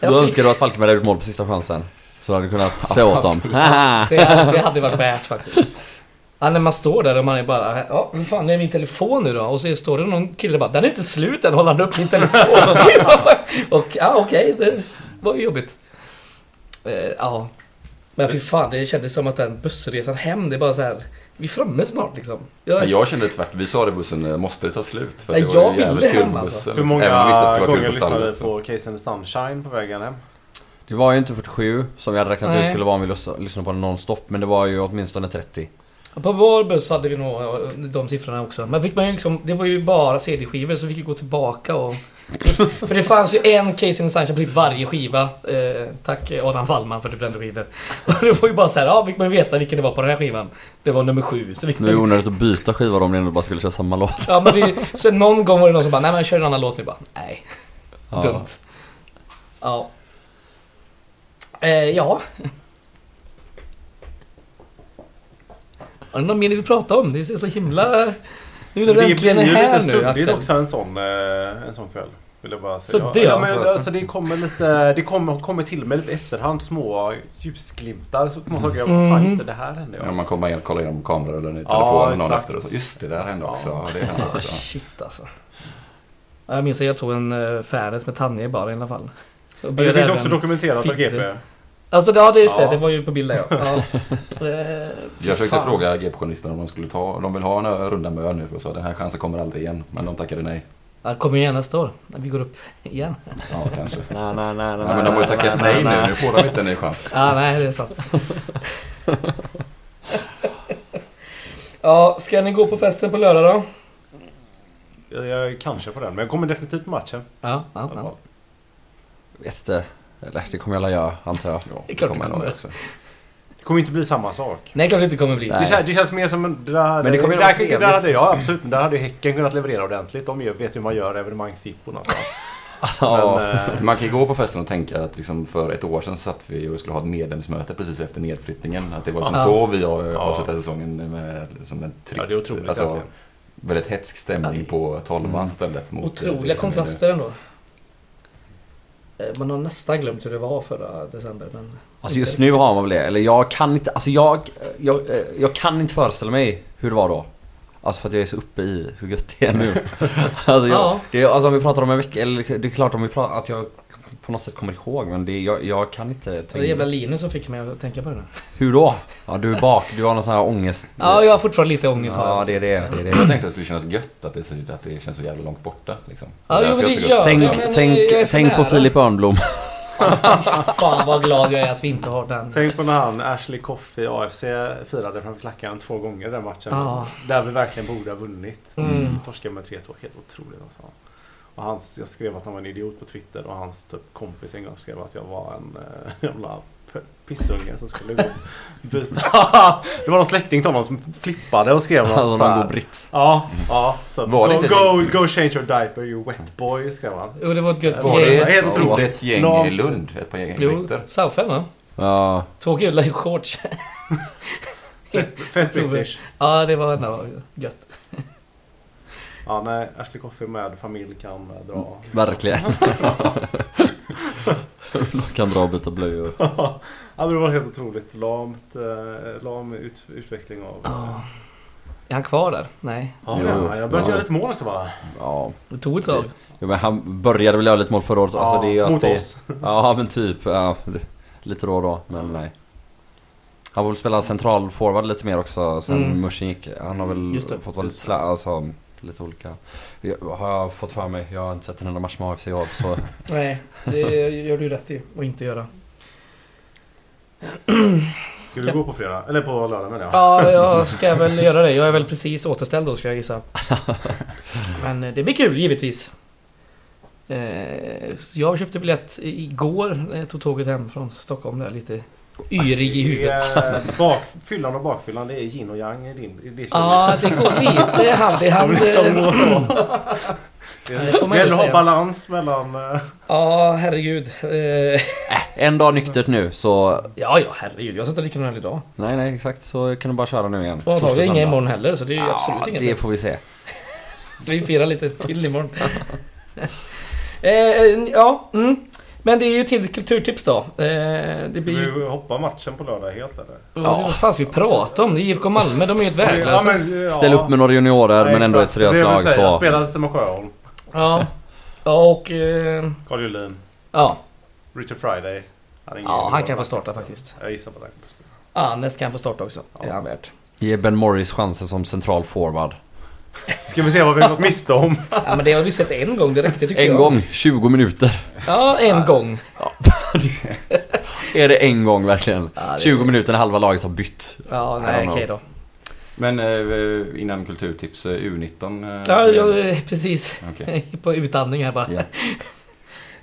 A: jag-
B: Då önskar du att Falkenberg hade gjort mål på sista chansen. Så hade du kunnat säga åt dem. Haha.
A: Det, hade- det hade varit värt faktiskt. Ja, när man står där och man är bara ja, vad fan är min telefon nu då? Och så står det någon kille och bara den är inte slut än, håller han upp min telefon? och ja, okej, det var ju jobbigt. Eh, ja. Men fy fan, det kändes som att den bussresan hem, det är bara så här. Vi är framme snart liksom. Jag,
D: Men jag kände tvärt, vi sa det i bussen, eh, måste det ta slut? För att
A: Nej,
D: det var
A: jag
D: ju jävligt
A: ville
D: kul
A: hem,
D: på
A: alltså.
D: bussen.
C: Hur
D: liksom. Även om vi
C: många
D: visste att det var kul
C: gånger
D: på
C: lyssnade
D: stallet. så.
C: på Case and Sunshine på vägen hem?
B: Det var ju inte 47 som vi hade räknat
A: Nej.
B: ut skulle vara om vi lys- lyssnade på den nonstop. Men det var ju åtminstone 30.
A: På vår buss hade vi nog eh, de siffrorna också. Men fick man ju liksom, det var ju bara CD-skivor så vi fick ju gå tillbaka och... för det fanns ju en Case in Sunshine på typ varje skiva. Eh, tack Adam Wallman för att du brände skivor. Och det var ju bara så här, ja fick man ju veta vilken det var på den här skivan. Det var nummer sju. Så fick
B: Nu är det
A: man,
B: onödigt att byta skivor om ni ändå bara skulle köra samma låt.
A: ja, men vi, så någon gång var det någon som bara, nej men jag kör en annan låt nu bara. Nej, dumt. Ja. Eh, ja. Har ni någon mer ni vill prata om? Det är så himla... Nu när
C: Men
A: du
C: det
A: äntligen är
C: blir ju lite
A: här nu
C: suddigt
A: Axel.
C: också en sån, eh, en sån kväll. Vill jag bara säga.
A: Så det,
C: ja,
A: ja.
C: men, alltså, det kommer lite, det kommer, kommer till mig lite efterhand små ljusglimtar. Så kommer jag ihåg,
A: Mm.
C: fan just det, det här hände
D: Ja,
C: jag.
D: man kommer igen, kollar igenom kameror eller i
C: Ja,
D: telefonen någon
C: exakt.
D: efter och så, just det där hände också.
C: Ja.
D: Ja, det hände
A: Ah,
D: också.
A: shit alltså. Ja, Jag minns att jag tog en uh, Fernet med Tanja i baren i alla fall. Och
C: Men det
A: bjöd
C: finns
A: även-
C: också dokumenterat av
A: Fitte.
C: GP.
A: Alltså ja, det är just
C: Ja.
A: det. Det var ju på bild där ja. ja. Eh,
D: Jag
A: för
D: försökte
A: fan.
D: fråga GP-journalisterna om de skulle ta, de vill ha en ö- runda med öl nu för jag sa den här chansen kommer aldrig igen. Men de tackade nej.
A: Ja, kommer igen nästa år. När vi går upp igen.
D: Ja, kanske.
E: Nej, nej, nej,
D: Nej, men de har ju tackat nej nu, nu får de inte en ny chans.
A: Ja, nej det är sant. ja, ska ni gå på festen på lördag då?
C: Jag, jag är kanske på den, men jag kommer definitivt på matchen.
A: Ja, ja,
C: i alla
A: ja.
C: fall.
B: Vet inte. Eller det kommer jag alla göra, antar jag.
D: Ja,
A: Det är klart det
D: kommer jag nog
A: kommer.
D: också.
C: Det kommer inte bli samma sak.
A: Nej, klart det inte kommer bli.
B: Nej.
C: Det, känns, det känns mer som en... Det där,
B: Men det kommer ju vara
C: där, där,
B: trevligt.
C: hade jag absolut, men där hade ju Häcken kunnat leverera ordentligt. De gör- vet ju hur man gör evenemangsjippon alltså.
B: Ja.
C: Men, eh,
D: Man kan ju gå på festen och tänka att liksom för ett år sedan så satt vi och skulle ha ett medlemsmöte precis efter nedflyttningen. Att det var som
A: Ja.
D: så vi har
C: Ja.
D: avslutat säsongen med liksom en
C: ja,
D: tryckt,
C: det är otroligt
D: alltså,
C: egentligen.
D: väldigt hetsk stämning
A: Ja.
D: på tolvan istället. Mot, eh, det
A: Mm. Otroliga
D: som är-
A: kontraster ändå. Eh, Man har nästan glömt hur det var förra december. Men
B: Alltså just nu har man väl det. Eller jag kan inte, alltså jag, jag, eh, jag kan inte föreställa mig hur det var då. Alltså för att jag är så uppe i hur gött det är nu. Alltså, jag,
A: Ja.
B: det, alltså om vi pratar om en vecka, eller liksom, det är klart om vi pratar, att jag på något sätt kommer ihåg men det, jag, jag kan inte
A: Det
B: ta
A: var jävla
B: in.
A: Linus som fick mig att tänka på det nu.
B: Hur då? Ja du är bak, du har någon sån här ångest.
A: Ja, jag har fortfarande lite ångest. har
B: Ja
A: jag.
B: det är det, det, är
D: Jag
B: det.
D: tänkte att det skulle kännas gött att det, är så- att det känns så jävla långt borta. Liksom.
A: Ja,
D: Därför
A: jo, men
D: jag
A: det
D: tycker
A: gör
D: att-
A: det.
B: Tänk,
A: Ja, men,
B: tänk,
A: eh, jag är för
B: tänk på
A: nära.
B: Filip Örnblom.
A: Ah, Fan vad glad jag är att vi inte har den.
C: Tänk på när han, Ashley Coffey, AFC firade framför klackan två gånger den matchen.
A: Ja.
C: Där vi verkligen borde ha vunnit.
A: Mm.
C: Torskade med 3-2. Helt otroligt alltså. Och hans, jag skrev att han var en idiot på Twitter och hans typ, kompis en gång skrev att jag var en eh, jävla p- pissunge som skulle gå och byta. det var någon släkting till honom som flippade och skrev något
B: Alltså
C: så
B: någon
C: här.
B: går britt.
C: Ja, ja. Typ,
D: Var det
C: go,
D: inte-
C: go, go change your diaper you wet boy skrev han.
A: Jo, det var ett gött
C: Var
D: Var
A: gäng.
D: det
C: Helt
D: ett,
C: otroligt.
D: inte ett gäng
C: Långt.
D: i Lund? Ett par gäng i
A: Jo,
D: Ritter?
A: Saufen va?
B: Ja.
A: Två gula i shorts.
C: Fett, fett
A: Otroligt.
C: british.
A: Ja, det var ändå gött.
C: Ja, nej, Ashley Coffey med familj kan eh, dra.
B: Verkligen. kan bra byta blöjor.
C: ja, men det var helt otroligt lamt. Eh, lam ut, utveckling av...
A: Ja. Är han kvar där? Nej.
C: Ja,
B: Jo,
C: ja, jag började
B: ja. Alltså,
C: göra lite mål också va?
B: Ja.
A: Det tog ett tag.
B: Ja, men han började väl göra lite mål förra året. Alltså, det är ju att
C: mot
B: det,
C: oss.
B: Ja men typ. Ja, lite då och då. Men nej. Han vill spela central forward lite mer också sen
A: Mm.
B: Mushin gick. Han har väl
A: Just det,
B: fått vara lite
A: just
B: slä, alltså, lite olika. Jag, har jag fått för mig. Jag har inte sett en enda match med AFC i år. Så
A: Nej, det gör du rätt i att inte göra.
C: Ska du gå på fredag? Eller på lördag menar jag.
A: Ja, jag ska väl göra det. Jag är väl precis återställd då, ska jag gissa. Men eh, det blir kul, givetvis. Eh, så Jag köpte biljett i- igår. eh, Tog tåget hem från Stockholm där lite yrig i
C: Det
A: huvudet.
C: är, eh, Bak, fyllan och bakfyllan, det är yin och yang i din... I ditt
A: Ja, det går lite hand i
C: liv.
A: hand.
C: De liksom går så.
A: det får man
C: Det
A: ju
C: gäller att
A: säga.
C: ha balans mellan... eh,
A: Ja, herregud. Eh,
B: en dag nyktert nu så...
A: Ja, ja, herregud. Jag ska inte dricka någon öl idag.
B: Nej nej exakt. Så kan du bara köra nu igen.
A: Och
B: Torsdag,
A: antagligen inga
B: söndag.
A: imorgon heller, så det är ju
B: Ja,
A: absolut inget.
B: Det får vi se.
A: Så vi firar lite till imorgon. eh, ja, mm. Men det är ju till kulturtips då. Eh, det
C: Ska
A: blir ju...
C: vi hoppa matchen på lördag helt eller?
A: Vad vad fan ska vi prata om? Det är IFK Malmö, de är ju ett värdelösa. Ja,
C: men, ja.
B: Ställ upp med några juniorer
C: Nej,
B: men ändå
C: exakt.
B: ett seriöst
C: Det vill
B: lag
C: säga,
B: så...
C: Spela Simon Sjöholm,
A: ja. och... Eh,
C: Carl Julin,
A: ja.
C: Richard Friday. Han, är ingen
A: ja, han
C: dålig.
A: kan få starta faktiskt.
C: Jag gissar på att han kommer spela.
A: Anes kan få starta också. Det är han värt.
B: Ge Ben Morris chansen som central forward.
C: Ska vi se vad vi har gått miste om?
A: Ja, men det har vi sett en gång direkt, det tycker
B: En
A: jag.
B: gång, 20 minuter.
A: Ja, en gång.
B: Är det en gång verkligen?
A: Ja, det är-
B: 20 minuter när halva laget har bytt.
A: Ja, nej okej då.
D: Men eh, innan kulturtips, eh, U19? eh,
A: Ja, ja, precis.
D: Okej.
A: På utandning här bara.
D: Ja.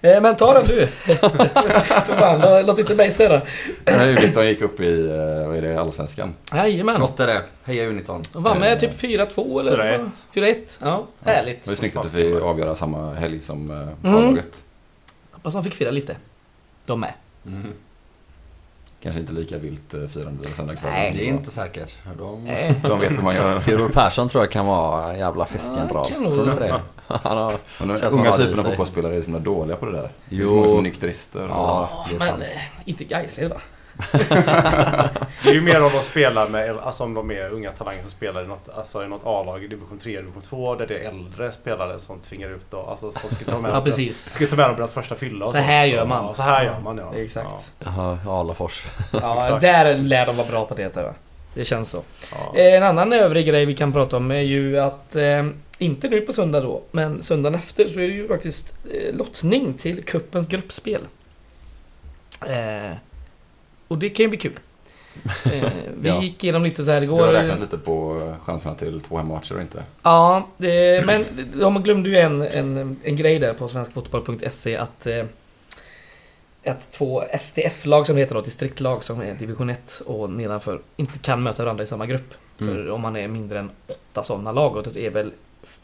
A: Eh, Men ta den du. För fan, lå- låt inte mig störa.
D: Den här U19 Eh, gick upp i, eh, vad är det, Allsvenskan?
A: Jajamän.
B: Något är det. Heja U19.
A: De vann med typ 4-2 eller?
C: 4-1.
A: 4-1. Ja, härligt.
D: Det var ju snyggt att det fick avgöra samma helg som eh,
A: Mm.
D: A-laget.
A: Mm. Hoppas de fick fira lite. De med.
D: Kanske inte lika vilt eh, firande söndagskväll.
A: Nej.
B: Det är inte säkert. De...
A: Nej.
D: De vet hur man gör.
B: Theodor Persson tror jag kan vara en jävla festgeneral.
A: Ja, kan nog.
B: tror du inte det? Han har...
D: Men de
B: Känns som
D: unga
B: han har
D: typerna
B: i sig.
D: fotbollsspelare är så himla dåliga på det där. Det
B: Jo.
D: finns många som är nykterister.
B: Ja, det är
A: Men
B: sant.
A: eh, inte Gaisled va?
C: Det är ju mer om de spelar med, alltså om de är unga talanger som spelar i något, alltså i något A-lag i division 3, division 2 där det är äldre spelare som tvingar ut då, alltså som ska ta med
A: Ja precis.
C: Ska ta med dem på deras första fylla och
A: Så här
C: sånt.
A: gör man.
C: Ja, så här gör man ja.
A: Exakt.
B: Jaha, Alafors.
A: Ja,
C: Exakt.
A: där lär de vara bra på det. Va? Det känns så.
C: Ja, ja.
A: Eh, En annan övrig grej vi kan prata om är ju att eh, Inte nu på söndag då, men söndagen efter så är det ju faktiskt eh, lottning till kuppens gruppspel. Eh, och det kan ju bli kul. Eh, vi
B: Ja.
A: gick igenom lite så här
D: Jag har
A: igår.
D: räknat lite på chanserna till två hemmamatcher och inte.
A: Ja, det, men de glömde ju en, en, en grej där på svenskfotboll.se att eh, att två SDF-lag som det heter då, distriktlag som är division 1 och nedanför inte kan möta varandra i samma grupp.
B: Mm.
A: För om man är mindre än åtta sådana lag och det är väl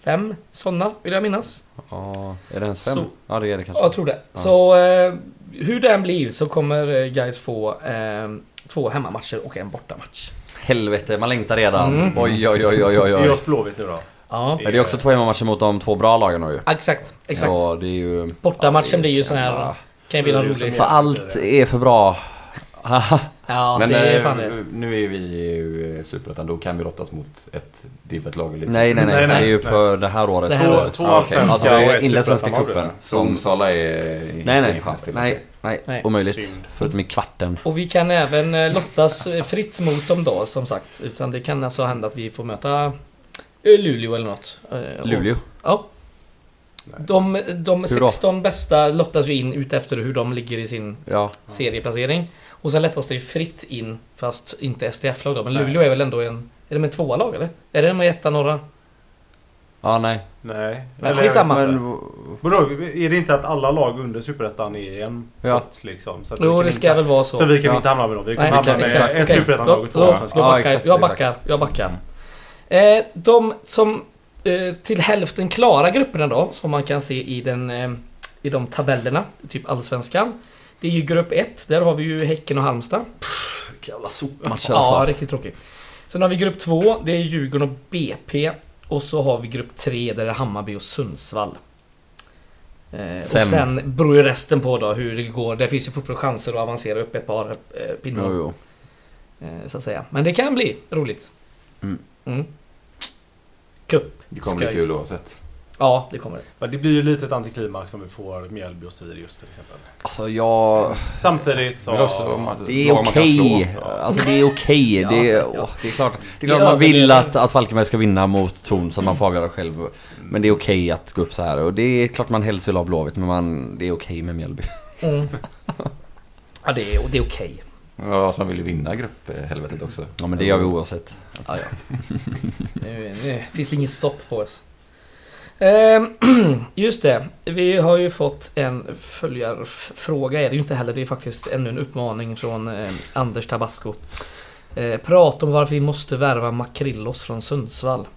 A: fem sådana vill jag minnas.
B: Ja, är det ens fem?
A: Så-
B: Ja, det är det
A: Ja,
B: kanske.
A: jag tror det.
B: Ja.
A: Så eh, hur det än blir så kommer eh, guys få eh, två hemmamatcher och en bortamatch.
B: Helvete, man längtar redan.
A: Mm.
B: Oj, oj, oj, oj, oj,
C: Det är
B: oj.
C: oss Blåvitt nu då.
A: Ja,
B: Men det är också två hemmamatcher mot de två bra lagen nu ju.
A: exakt. exakt.
B: Så det är ju...
A: Bortamatchen
B: Ja, det
A: blir ju
B: kan
A: sån här...
B: vara-
A: Kan ju bli någon
C: Så det är ju
A: rolig...
C: som-
B: Så allt är för bra. Haha.
A: Ja,
D: Men
A: det är
D: eh,
A: fan det.
D: nu är vi ju eh, superettan, då kan vi lottas mot ett divet lag eller
B: nej, nej, nej,
C: Nej, nej,
B: Det är ju
C: nej.
B: för det här året.
A: Det här
C: Två,
A: året.
C: två
D: Ja, okej.
C: allsvenska
B: Alltså, det är
C: och ett
B: innan Svenska
C: superettan har vi
B: cupen.
C: det.
D: Så Onsala är inte
B: Nej,
D: en
B: nej.
D: chans till.
B: Nej, nej.
A: Nej.
B: Omöjligt.
C: Synd.
B: Förutom i kvarten.
A: Och vi kan även eh, lottas eh, fritt mot dem då som sagt. Utan det kan alltså hända att vi får möta eh, Luleå eller något. Eh, och-
B: Luleå.
A: Ja.
C: Nej.
A: De, de
B: Hur då?
A: 16 bästa lottas ju in utefter hur de ligger i sin
B: Ja.
A: serieplacering. Och sen lättas det ju fritt in fast inte SDF-lag då. Men
C: Nej.
A: Luleå är väl ändå en... Är de en tvåa lag eller? Är det de i ettan norra?
B: Ja, nej.
C: Nej.
A: Men
C: Eller-
A: skitsamma.
B: Men,
C: Vadå, är det inte att alla lag under Superettan är i en
B: Ja.
C: pott liksom? Så att vi
A: Jo,
C: kan
A: det ska
C: inte-
A: väl vara så.
C: Så vi kan
B: Ja.
C: inte hamna med dem. Vi
A: Nej,
C: kommer
A: vi
C: hamna
B: kan-
C: med
B: exakt.
C: ett
A: Okej,
C: superettanlag och
A: då-
C: två
A: då-
C: allsvenska.
A: Jag
B: Ja,
A: backar,
B: exakt,
A: jag
B: exakt.
A: backar, jag backar. Eh, de som eh, till hälften klara grupperna då, som man kan se i, den, eh, i de tabellerna, typ Allsvenskan. Det är ju grupp 1, där har vi ju Häcken och Halmstad.
B: jävla sopmatch
A: Ja,
B: alltså.
A: riktigt tråkigt. Sen har vi grupp 2, det är Djurgården och BP. Och så har vi grupp 3, där är Hammarby och Sundsvall. Eh, och
B: Sämre.
A: sen beror ju resten på då hur det går. Det finns ju fortfarande chanser att avancera upp ett par eh, pinnar.
B: Jo, jo.
A: Eh, så att säga. Men det kan bli roligt.
B: Mm.
A: Mm. Cup.
D: Det kommer bli
A: Skoj.
D: kul oavsett.
A: Ja, det kommer det.
C: Men Det blir ju lite ett antiklimax om vi får Mjällby och Sirius till exempel.
B: Alltså jag...
C: Samtidigt
D: Men
C: som...
D: också om man-
B: Det är
D: lag man kan
B: okej.
D: slå.
B: Alltså det är okej. Det, är-
A: Ja, ja.
B: åh, det är klart, det är Mm.
A: Vi
B: klart man vill
A: överlever.
B: att, att Falkenberg ska vinna mot Torn så att man får avgöra själv. Men det är okej att gå upp så här. Och det är klart man helst vill ha Blåvitt men man, det är okej med Mjällby.
A: Mm. ja, det är, det är okej.
D: Ja, alltså man vill ju vinna grupphelvetet också.
B: Ja men det gör vi oavsett.
A: Ja, ja. nu, nu finns det inget stopp på oss. Ehm, Just det, vi har ju fått en följarfråga är det ju inte heller. Det är faktiskt ännu en uppmaning från eh, Anders Tabasco. Eh, Prata om varför vi måste värva Makrillos från Sundsvall.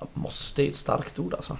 A: Ja, Måste är ju ett starkt ord alltså.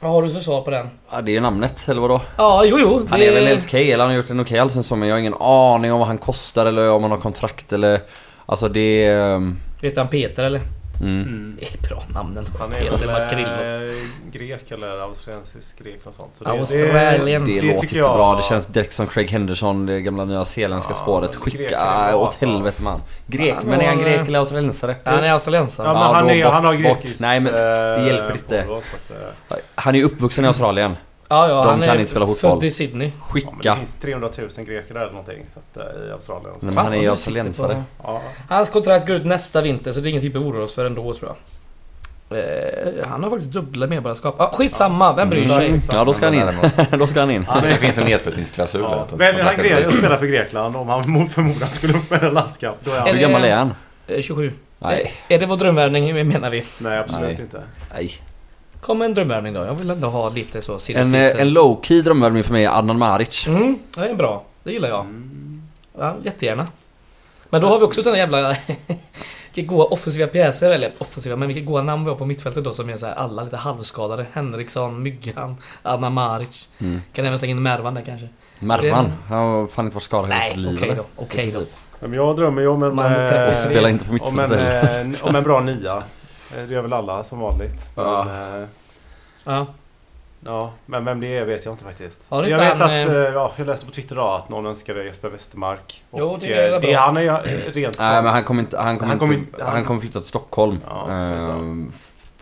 A: Vad har du för svar på den?
B: Ja, det är ju namnet eller vadå?
A: Ja, jo, jo.
B: Han är väl helt okej eller han har gjort en okej allsvensk men jag har ingen aning om vad han kostar eller om han har kontrakt eller... Alltså det... är, ehm,
A: Vet han Peter eller?
B: Mm.
C: Mm.
A: Det är ett bra namn ändå.
C: Han är
A: Peter
C: väl
A: Makrillos.
C: eh, grek eller australiensisk grek och sånt. Så
A: Australien.
B: Det,
A: Det
B: låter
C: tycker
B: inte
C: jag-
B: bra. Det känns direkt som Craig Henderson, det gamla nya zeeländska
C: Ja,
B: spåret.
C: men
B: Skicka
C: grek är det bra,
B: åt
C: alltså.
B: helvete man. Grek,
A: Han
B: men är han
A: har-
B: grek eller australiensare?
A: Han är australiensare.
C: Ja, men
B: Ja,
C: han,
B: då
C: är,
B: bort,
C: han har
B: bort.
C: grekiskt...
B: Nej, men det
C: eh,
B: hjälper inte.
C: påbrå, så att, eh,
B: Han är ju uppvuxen i Australien.
A: Ja, ja,
B: De
A: han
B: kan
A: är
B: inte spela fotboll.
A: Född i Sydney.
C: ja, men det
B: Skicka. Mm.
C: finns 300 000 greker där eller någonting så att, eh, i Australien. Så.
B: Men
A: Fan,
B: han är ju
A: vad du
B: australiensare.
A: sitter på.
C: Ja.
A: Hans kontrakt går ut nästa vinter så det är ingen typ av oro oss för ändå tror jag. Eh, han har faktiskt dubbla medborgarskap. Ah, skitsamma, vem bryr
B: Mm.
A: sig?
B: Ja, då ska han in.
D: Närmar oss.
B: då ska han in.
D: Men Det finns en nedflyttningsklausul.
C: Ja.
D: att- att
C: Väljer han
D: kontraktet
C: Grekland
D: blir-
C: att spela för Grekland om han mot förmodan skulle upp med en landskamp. Då är han...
A: Eller-
B: Hur gammal är han?
A: Eh, 27.
B: Nej.
A: Eh, är det vår drömvärvning menar vi?
C: Nej, absolut
B: Nej.
C: inte.
B: Nej.
A: Kom en drömvärvning då. Jag vill ändå ha lite så silly
B: En, eh,
A: season.
B: en low-key drömvärvning för mig är Adnan Maric.
A: Mm, det är bra. Det gillar jag.
C: Mm.
A: Ja, jättegärna. Men då har vi också såna jävla... vilka goa offensiva pjäser, eller offensiva, men vilka goa namn vi har på mittfältet då som är så här, alla lite halvskadade. Henriksson, Myggan, Anna Maric.
B: Mm.
A: Kan även slänga in Mervan där kanske.
B: Mervan, han har fan inte varit skadad hela
A: Nej,
B: sitt
A: okej
B: liv
A: då.
B: eller?
A: Okej då.
C: Men jag drömmer ju om en...
A: Man
C: eh,
A: träffar-
B: Och spela inte på
C: om, en
B: mittfältet heller.
C: eh, om en bra nia. Eh, Det gör väl alla som vanligt. Men,
B: Ja.
C: eh,
A: Ja.
C: Ja, men vem det är vet jag inte faktiskt.
A: Har
C: Jag
A: du
C: vet
A: inte
C: att,
A: han,
C: eh,
A: eh,
C: ja, jag läste på Twitter idag att någon önskade Jesper Westermark. Och,
A: Jo, det är
C: eh,
A: bra.
C: Han är ju eh, rent som-
B: Nej men han kommer inte, han kommer
C: Han kommer
B: inte,
C: inte-
B: han
C: han-
B: kommer flytta till Stockholm.
C: Ja, det är
B: ehm,
C: sant.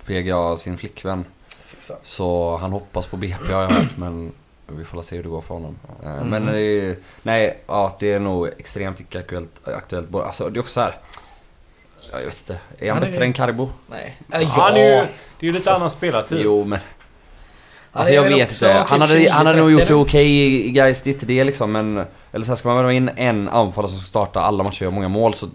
B: PGA, sin flickvän.
A: Fy fan.
B: Så han hoppas på BP har jag hört men vi får se hur det går för honom. Eh,
A: Mhm.
B: Men det är, nej, ja, det är nog extremt icke aktuellt. aktuellt. Både- Alltså, det är också så här. Ja, jag vet inte. Är han
A: Han är-
B: bättre än Karibo?
A: Nej.
B: Ja,
A: Äh,
C: Han är ju, det är ju lite
B: Alltså,
C: annan spelartyp.
B: Jo men.
A: Han
B: Alltså
A: Typ. är
B: jag
A: väl
B: vet
A: också
B: inte.
A: typ
B: Han hade, han hade nog
A: 29-30,
B: gjort det
A: eller?
B: okej i- i guys det är inte det liksom men... Eller så här, ska man värva in en anfallare som ska starta alla matcher och göra många mål så...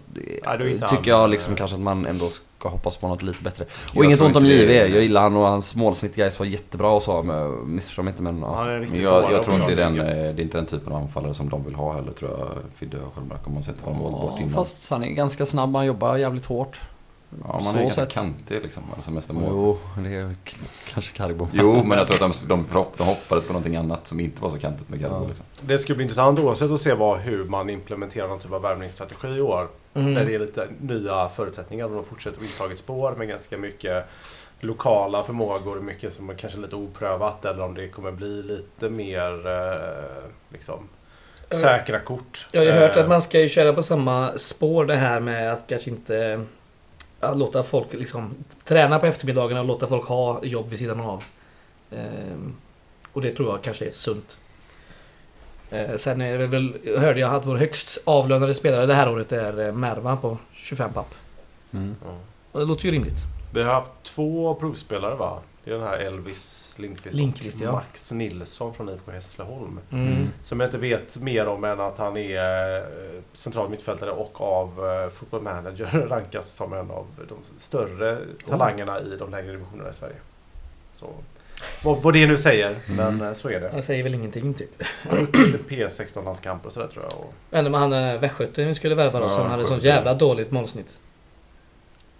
C: Ja, då är inte
B: tycker
C: han- eh,
B: jag liksom kanske att man ändå ska hoppas på något lite bättre. Och
D: Jag
B: inget
D: tror
B: ont om
D: inte
B: JV,
D: det-
B: jag gillar han och hans målsnitt i guys var jättebra och så men missförstå mig inte men... Ja.
C: Han är riktigt
D: Men jag,
C: bra
D: jag tror
C: också.
D: inte det är, den, eh, det är inte den typen av anfallare som de vill ha heller tror jag. Fidde Sköldmark om man sett honom ja, bort
B: Ja,
D: innan.
B: fast han är ganska snabb, han jobbar jävligt hårt.
D: ja,
B: på
D: man
B: så
D: är ju ganska
B: sätt.
D: kantig liksom. Alltså mesta mål.
B: Jo, det är k- kanske Mm. Karibo.
D: Jo, men jag tror att de, de, förhopp, de hoppades på någonting annat som inte var så kantigt med Garbo.
B: Ja.
D: Liksom.
C: Det skulle bli intressant oavsett att se vad, hur man implementerar någon typ av värvningsstrategi i år.
A: Mm.
C: Där det är lite nya förutsättningar och de fortsätter på intaget spår med ganska mycket lokala förmågor. Mycket som är kanske lite oprövat eller om det kommer bli lite mer eh, liksom,
A: Ja.
C: säkra kort.
A: Jag har ju hört
C: Eh,
A: att man ska ju köra på samma spår det här med att kanske inte... Att låta folk liksom träna på eftermiddagarna och låta folk ha jobb vid sidan av. Ehm, och det tror jag kanske är sunt. Eh, sen är det väl, hörde jag att vår högst avlönade spelare det här året är eh, Mervan på 25 papp.
B: Mm.
C: ja.
A: Och det låter ju rimligt.
C: Vi har haft två provspelare va? Det är den här Elvis Lindqvist,
A: Lindqvist,
C: och
A: ja.
C: Max Nilsson från IFK Hässleholm. Som jag inte vet mer om än att han är eh, central mittfältare och av eh, Football Manager rankas som en av de större
B: Oh.
C: talangerna i de lägre divisionerna i Sverige. Så, vad, vad det nu säger,
B: Mm.
C: men eh, så är det.
A: Jag säger väl ingenting typ.
C: Han har gjort lite P16-landskamp och sådär tror jag. Och,
A: Ändå med han den där västgöten vi skulle värva då
D: Ja,
A: som hade sånt
D: sjukt.
A: jävla dåligt målsnitt.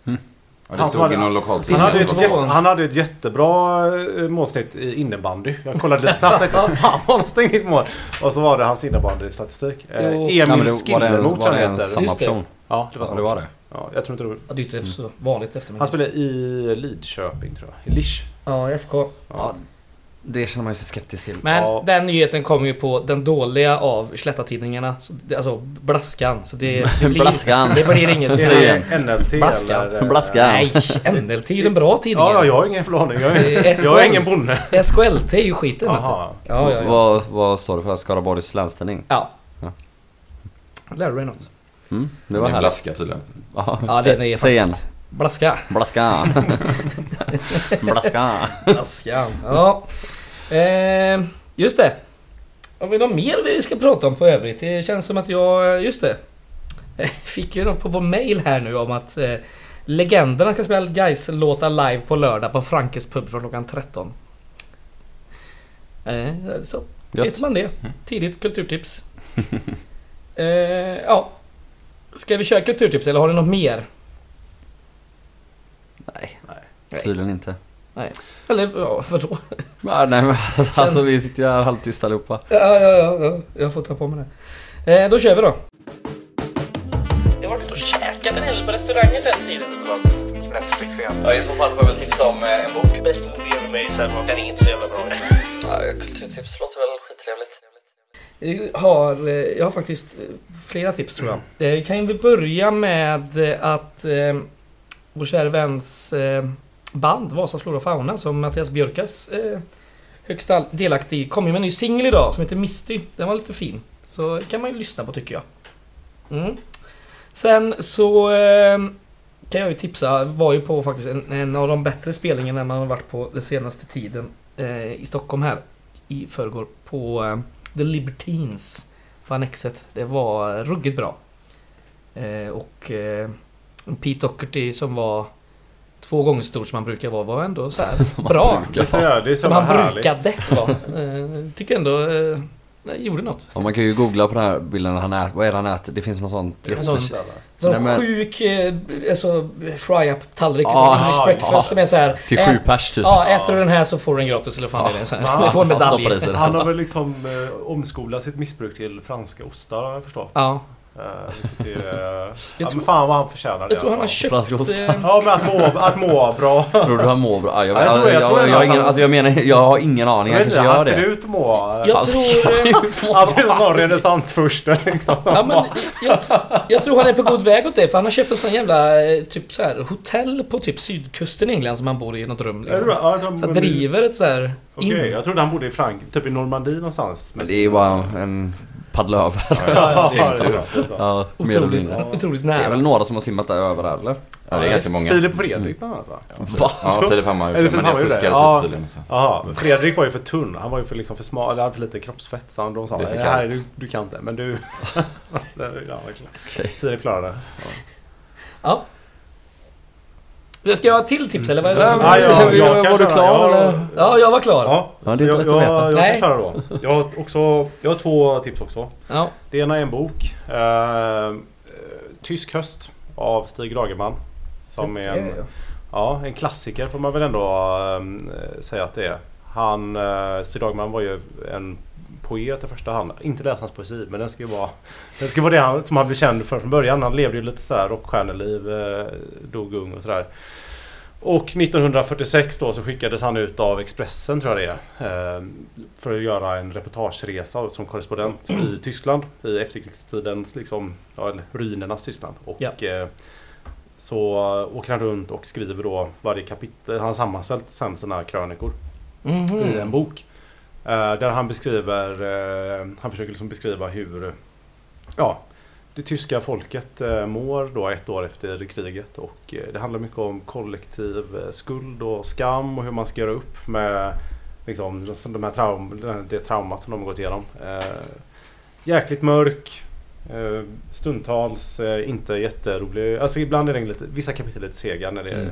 D: Ja, det
C: Han
D: stod
C: hade-
D: i någon
C: han,
D: lokaltidning.
C: hade
D: att
C: ett
D: det var
A: jätte-
C: jätte,
D: bra.
C: han hade ett jättebra eh, målsnitt i innebandy. Jag kollade lite snabbt och tänkte fan vad har de stängt in mål. Och så var det hans innebandystatistik. Eh,
A: Jo.
C: Emil
B: Ja, men det- var det en-
C: Skillermo tror
B: var
C: jag
B: det
C: han
B: en
C: heter.
B: samma
A: Just det.
B: person?
C: Ja, det var,
B: Ja,
C: så.
B: det var det.
C: Ja, jag tror inte det var...
A: Ja, det är ju inte så vanligt eftermiddag.
C: Mm. Han spelade i Lidköping tror jag. I Lisch.
A: Ja, i FK.
B: Ja, det känner man ju sig skeptisk till.
A: Men
C: Ja.
A: den nyheten kom ju på den dåliga av Slätta-tidningarna. Så det- Alltså Blaskan. Så det, det, blir,
B: Blaskan.
A: det blir inget.
C: Det
B: Säg
C: är
B: igen.
C: NLT
A: Blaska.
C: eller... eh,
B: Blaska.
A: Nej, NLT är den bra tidningen.
C: Ja, ja, jag har ingen förlåning. Jag
A: Det är
C: är, jag är
A: SKL.
C: ingen bonde.
A: SKLT är ju skiten. vet du.
C: Jaha.
A: Ja, ja, ja.
B: Vad, vad står det för? Skaraborgs länstidning?
A: ja.
B: Ja.
A: Lärde dig något?
B: Mm, det
D: Det
B: var
D: var
B: härligt.
D: blaska tydligen.
B: Ja,
A: Ja, den är
B: Säg igen.
A: faktiskt... Blaska.
B: Blaska. Blaska.
A: Blaskan. Ja. Eh, just det. Har vi något mer vi ska prata om på övrigt? Det känns som att jag... Just det. Eh, Fick ju något på vår mail här nu om att eh, Legenderna ska spela guys låtar live på lördag på Frankes pub från klockan 13. Eh, så vet
B: Gött.
A: man det. Tidigt kulturtips. eh, ja. Ska vi köra kulturtips eller har du något mer?
B: Nej.
C: Nej.
B: Tydligen inte.
A: Eller ja, vadå?
B: Ja, nej men alltså vi sitter ju här halvtysta allihopa.
A: Ja, ja, ja, ja, jag får ta på mig det. Eh, då kör vi då. Jag har varit och käkat en hel på restauranger sen tiden.
E: Netflix igen.
B: Ja, i så fall får jag väl tipsa om en bok.
F: bäst mobil för mig så här, man kan inget så jävla bra.
B: Kulturtips låter väl skittrevligt.
A: Jag har, eh, jag har faktiskt eh, flera tips tror jag. Eh, kan vi börja med eh, att eh, vår kära väns eh, band Vasas Flora och Fauna som Mattias Björkas eh, högst all- delaktig i kom ju med en ny singel idag som heter Misty. Den var lite fin. Så kan man ju lyssna på tycker jag. Mm. Sen så eh, kan jag ju tipsa, var ju på faktiskt en, en av de bättre spelningarna man har varit på den senaste tiden eh, i Stockholm här i förrgår på eh, The Libertines på Annexet. Det var ruggigt bra. Eh, och eh, Pete Doherty som var två gånger så stor som han brukar vara var ändå så här bra.
C: Det är så- det är så
A: Som
C: jävla
A: han
C: härligt.
A: brukade vara. Eh, tycker ändå... Eh, nej, gjorde något.
B: Och man kan ju googla på den här bilden han äter. Vad är det han äter? Det finns någon sån
A: En sån Så
B: Nej, men-
A: sjuk eh, alltså, fry-up tallrik.
B: Ja,
A: Ah, English
C: ja,
A: breakfast. De är så här,
B: Till
A: ät-
B: sju pers typ.
A: Ja, äter du den här så får du den gratis eller fan
B: Ja.
A: är det? Så
C: Ja,
A: här. Du får en
B: han stoppar
A: medalj.
B: i sig det.
C: Han har väl liksom eh, omskolat sitt missbruk till franska ostar har jag förstått.
A: Ja.
C: Eh, vilket är, eh, ja,
A: tror-
C: men fan vad han förtjänar det
A: Jag tror han har
C: alltså.
A: köpt...
B: Franska ostar.
A: eh,
C: Ja men att må, att må bra.
B: Tror du han mår bra? Ja, jag,
C: Ja, jag tror- jag
B: jag,
C: tror
B: jag,
C: han-
B: har ingen, alltså, jag menar, jag har ingen aning.
C: Jag
B: Jag
C: vet inte,
B: kanske
C: han
B: gör
C: ser
B: det.
C: ut att må...
A: Jag
B: Alltså,
A: tror...
B: jag
A: eh,
B: ser ut som-
C: Han ser ut att vara renässansfursten liksom.
A: Ja, men jag, jag tror han är på god väg åt det för han har köpt en sån jävla eh, typ så här, hotell på typ sydkusten i England som han bor i i något rum.
C: Jag tror-
A: Liksom.
C: ja, jag tror-
A: Så han driver ett så här
C: Okej,
A: in.
C: jag trodde han bodde i Frank, typ i Normandie någonstans.
B: Men det är ju bara en paddlöv.
C: Ja,
D: Ja,
C: ja,
D: det är
C: det är så.
B: Ja, mer eller
A: Otroligt,
B: mindre.
A: otroligt
B: Det
A: nära.
B: är väl några som har simmat där över eller?
D: Ja, det är ganska många.
C: Filip Fredrik bland annat va?
B: Va?
D: Ja, Filip Hammar har
C: Eller
D: gjort det,
C: Filip
D: men
C: Hammar
D: jag
C: gjorde det.
D: fuskade
C: Ja.
D: lite tydligen. Så.
C: Jaha, men Fredrik var ju för tunn. Han var ju för, liksom för smal, eller hade för lite kroppsfett. Så han, de sa
D: Det är för
C: det här,
D: kallt."
C: du, du kan inte. Men du... Det är- ja, verkligen.
B: Okej.
C: Filip klarade det.
A: Ja. Ska jag ha ett till tips eller? Vad är det?
B: Nej,
A: som-
B: men-
C: Ja, ja,
B: vi-
C: jag
B: var
C: kan
B: du
C: köra.
B: klar
C: Jag-
B: eller?
A: Ja, jag var klar. Ja.
C: Ja,
B: Ja, det är inte
C: jag,
B: lätt att veta.
C: Jag, jag
A: Nej.
C: kan köra då. Jag har, också, jag har två tips också. Det ena är en bok. Eh, eh, Tysk höst av Stig Dagerman. Som är en, ja, en klassiker får man väl ändå eh, säga att det är. Han, eh, Stig Dagerman var ju en poet i första hand. Inte läsa hans poesi men den ska ju vara, den ska vara det han, som han blev känd för från början. Han levde ju lite så här rockstjärneliv, eh, dog ung och sådär. Och 1946 då så skickades han ut av Expressen tror jag det är. eh, För att göra en reportageresa som korrespondent i Tyskland. I efterkrigstidens, liksom, ja, eller ruinernas Tyskland. Och
A: Ja.
C: eh, så åker han runt och skriver då varje kapitel. Han har sammanställt sen sina krönikor
A: Mhm.
C: i en bok. eh, Där han beskriver, eh, han försöker liksom beskriva hur ja, det tyska folket eh, mår då ett år efter kriget. Och eh, det handlar mycket om kollektiv eh, skuld och skam och hur man ska göra upp med liksom, de här traum, det traumat som de har gått igenom. Eh, Jäkligt mörk. eh, Stundtals eh, inte jätterolig. Alltså ibland är den lite, vissa kapitel är lite sega när det är
B: Mm.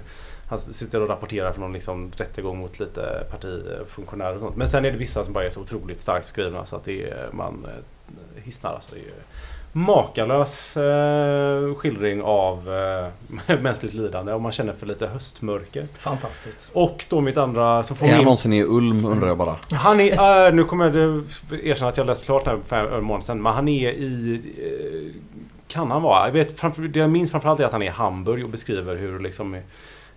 C: han sitter och rapporterar från någon liksom rättegång mot lite partifunktionärer och sånt. Men sen är det vissa som bara är så otroligt starkt skrivna så att det är, man eh, hissnar. Alltså, det är ju makalös eh, skildring av eh, mänskligt lidande och man känner för lite höstmörker.
A: Fantastiskt.
C: Och då mitt andra... Så får
B: Är han
C: min-
B: någonsin i Ulm undrar jag bara.
C: han är, eh, nu kommer jag det- erkänna att jag läste klart den här för en månad sedan, men han är i... eh, kan han vara? Jag vet, framför, det jag minns framförallt är att han är i Hamburg och beskriver hur liksom...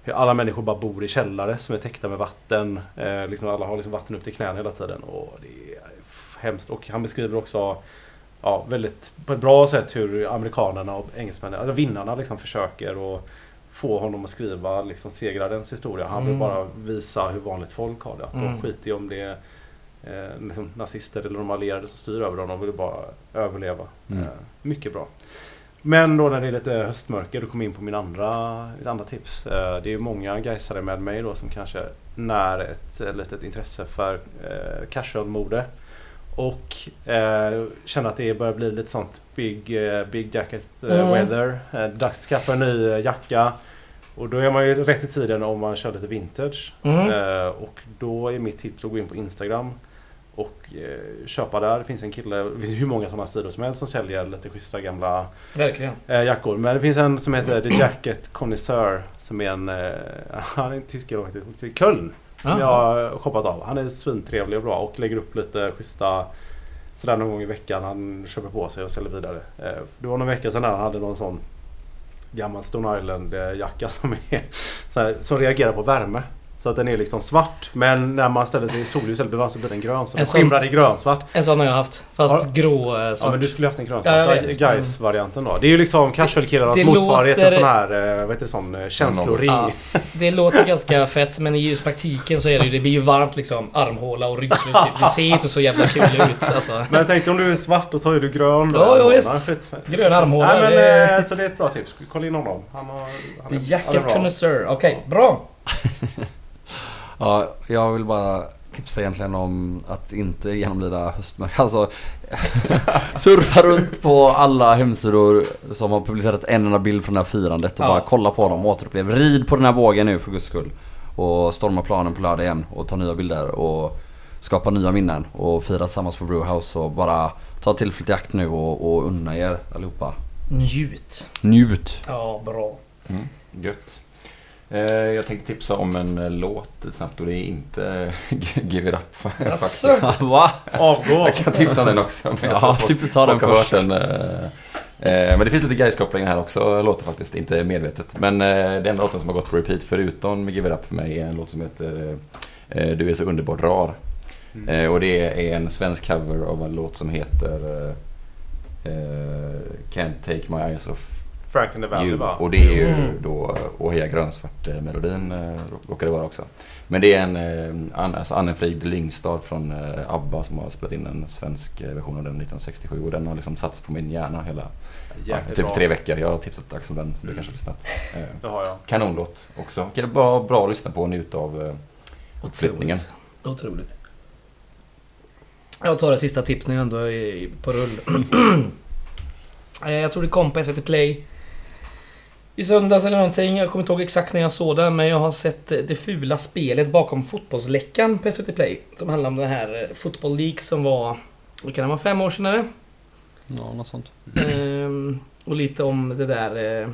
C: Hur alla människor bara bor i källare som är täckta med vatten. Eh, liksom alla har liksom vatten upp till knäna hela tiden. Och det är f- hemskt. Och han beskriver också ja, väldigt, på ett bra sätt hur amerikanerna och engelsmännen, alltså vinnarna liksom försöker att få honom att skriva liksom segrarens historia. Han vill
A: Mm.
C: bara visa hur vanligt folk har det. Att
A: Mm.
C: de skiter i om det är eh, liksom nazister eller de allierade som styr över dem. De vill bara överleva.
B: Mm.
C: Eh, mycket bra. Men då när det är lite höstmörker, då kommer jag in på min andra, mitt andra tips. Eh, Det är ju många Gaisare med mig då som kanske när ett eh, litet intresse för eh, casual-mode och eh, känner att det börjar bli lite sånt big, eh, big jacket eh,
A: Mm.
C: weather. Eh, dags att skaffa en ny eh, jacka. Och då är man ju rätt i tiden om man kör lite vintage.
A: Mm.
C: Eh, och då är mitt tips att gå in på Instagram och eh, köpa där. Det finns en kille, det finns hur många sådana sidor som helst som säljer lite schyssta gamla
A: Verkligen.
C: eh, jackor. Men det finns en som heter The Jacket Connoisseur som är en, eh, han är en tysk kille faktiskt, i Köln. Som jag
A: Aha.
C: har shoppat av. Han är svintrevlig och bra och lägger upp lite schyssta sådär någon gång i veckan. Han köper på sig och säljer vidare. Eh, Det var någon vecka sedan han hade någon sån gammal Stone Island eh, jacka som, är, så här, som reagerar på värme. Så att den är liksom svart men när man ställer sig i solljus eller bevarar så blir den grön.
A: En
C: Så den
A: sån-
C: skimrar i grönsvart.
A: En sån har jag haft. Fast
C: Ja.
A: grå eh,
C: Ja
A: sort.
C: men du skulle haft den
A: Ja,
C: grönsvarta
A: jag vet. Mm.
C: Gais-varianten då. Det är ju liksom
A: Det
C: casual-killarnas motsvarighet till
A: låter-
C: en sån här, eh, vad heter det, sån eh, känsloring.
A: Ja, det låter ganska fett men i just praktiken så är det ju, det blir ju varmt liksom armhåla och ryggslut. Det- Det ser inte så jävla kul ut alltså.
C: Men jag tänkte om du är svart och så är du grön då.
A: Ja, ja,
C: Nej,
A: visst.
C: skit.
A: Grön armhåla.
C: Nej men
A: det-
C: eh, så det är ett bra tips. Kolla in honom. Han har... Han
A: The
C: är, han är
A: Jacket
C: bra.
A: Connoisseur. Okej, bra.
B: Ja, jag vill bara tipsa egentligen om att inte genomlida höstmörker. Alltså, surfa runt på alla hemsidor som har publicerat en enda bild från det här firandet och
A: Ja.
B: bara kolla på dem och återupplev. Rid på den här vågen nu för guds skull. Och storma planen på lördag igen och ta nya bilder och skapa nya minnen och fira tillsammans på Brewhouse och bara ta tillfället i akt nu och, och unna er allihopa
A: Njut.
B: Njut.
A: Ja, bra.
D: Mm, gött. Eh, jag tänkte tipsa om en eh, låt snabbt och det är inte Give It Up faktiskt.
A: Jaså?
B: Va?
C: Avgå!
D: Jag kan tipsa om den också. men jag tror
B: Ja,
D: folk-
B: typ ta den
D: Folk har hört
B: först.
D: den. eh, eh, Men det finns lite Gais-kopplingar här också, låter faktiskt. Inte medvetet. Men eh, den låten som har gått på repeat förutom Give It Up för mig är en låt som heter eh, eh, Du är så underbart rar.
C: Mm.
D: Eh, Och det är en svensk cover av en låt som heter eh, eh, Can't Take My Eyes Off
C: Frank and the Valley
D: ju,
C: va?
D: och det är ju
A: Mm.
D: då Och heja grönsvart eh, melodin eh, råkar det vara också. Men det är en eh, Ann- alltså Anne-Frid Lyngstad från eh, ABBA som har spelat in en svensk eh, version av den 1967 och den har liksom satts på min hjärna hela ja,
C: Jäkligt
D: typ
C: bra.
D: tre veckor. Jag har tipsat Axel om den, du
C: Mm.
D: kanske har lyssnat. Eh,
C: Det har jag.
D: kanonlåt också. Kan jag bara bra att lyssna på och njuta av eh,
A: Otroligt.
D: flyttningen.
A: Otroligt. Jag tar det sista tips när jag ändå är på rull. Eh, jag tror det kom på SVT Play i söndags eller någonting. Jag kommer inte ihåg exakt när jag såg den, men jag har sett eh, det fula spelet bakom fotbollsläckan på SVT Play. Som handlar om den här eh, Football League som var, vad kan det vara, fem år sedan eller?
B: Ja, något sånt.
A: Ehm, och lite om det där... Eh,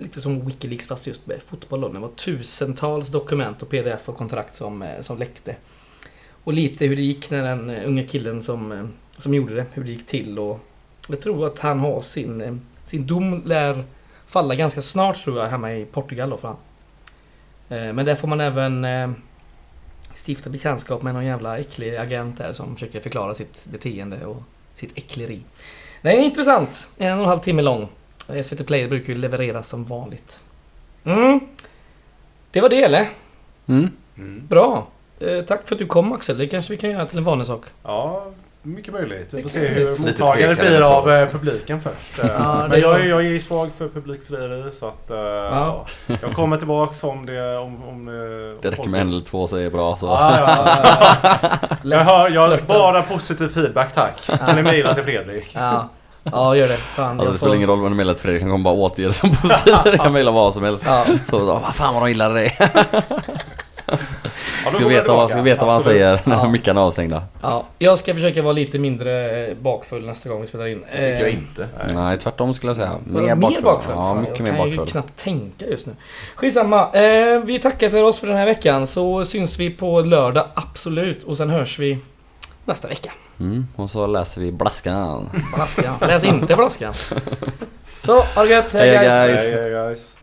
A: lite som Wikileaks fast just med fotboll då. Men Det var tusentals dokument och pdf och kontrakt som, eh, som läckte. Och lite hur det gick när den eh, unga killen som, eh, som gjorde det, hur det gick till och... Jag tror att han har sin... Eh, sin dom lär falla ganska snart tror jag hemma i Portugal då för han. Eh, men där får man även... Eh, stifta bekantskap med någon jävla äcklig agent där som försöker förklara sitt beteende och sitt äckleri. Nej, intressant. En och en halv timme lång. SVT Play brukar ju leverera som vanligt. Mm. Det var det eller?
B: Mm.
C: Mm.
A: Bra. Eh, tack för att du kom Axel. Det kanske vi kan göra till en vanlig sak.
C: Ja, mycket möjligt. Vi får
A: Mycket
C: se hur
A: möjligt.
D: Lite
C: mottagare
D: tvekande
C: blir
D: så.
C: av eh, publiken först. Eh,
A: Ja, det
C: Men jag,
A: är-
C: är- jag är svag för publikfrieri så att eh,
A: Ja.
C: jag kommer tillbaka om det... Om, om, eh, om
B: Det räcker
C: folk-
B: med en eller två så är det bra. Så.
C: Ja, ja, ja. Jag hör, jag har
A: flörta.
C: bara positiv feedback tack. Kan ni mejla till Fredrik?
A: Ja, ja gör det. Fan,
B: Alltså, det
A: jag
B: spelar
A: får-
B: ingen roll vad du mejlar till Fredrik, han kommer bara återge det som positivt. Han kan mejla vad som helst.
A: Ja.
B: Så, så, vad fan vad de gillade det.
C: Ja, då
B: Ska
C: går jag
B: veta, vad, ska
C: tillbaka.
B: veta vad han
C: Absolut.
B: säger när
A: Ja.
B: mickarna är avstängda.
A: Ja, jag ska försöka vara lite mindre eh, bakfull nästa gång vi spelar in.
D: Det tycker jag
A: Eh,
D: inte.
B: Nej, tvärtom skulle jag säga.
A: Vadå, mer bakfull?
B: Ja,
A: Fan,
B: mycket
A: jag
B: mer
A: kan ju
B: bakfull.
A: knappt tänka just nu. Skitsamma. Eh, vi tackar för oss för den här veckan så syns vi på lördag, absolut. Och sen hörs vi nästa vecka.
B: Mm. Och så läser vi Blaskan.
A: Flaskan. Läs inte flaskan. Så, ha det gött. Hej
B: Hej,
A: guys.
B: guys.
C: Hej, hej, guys.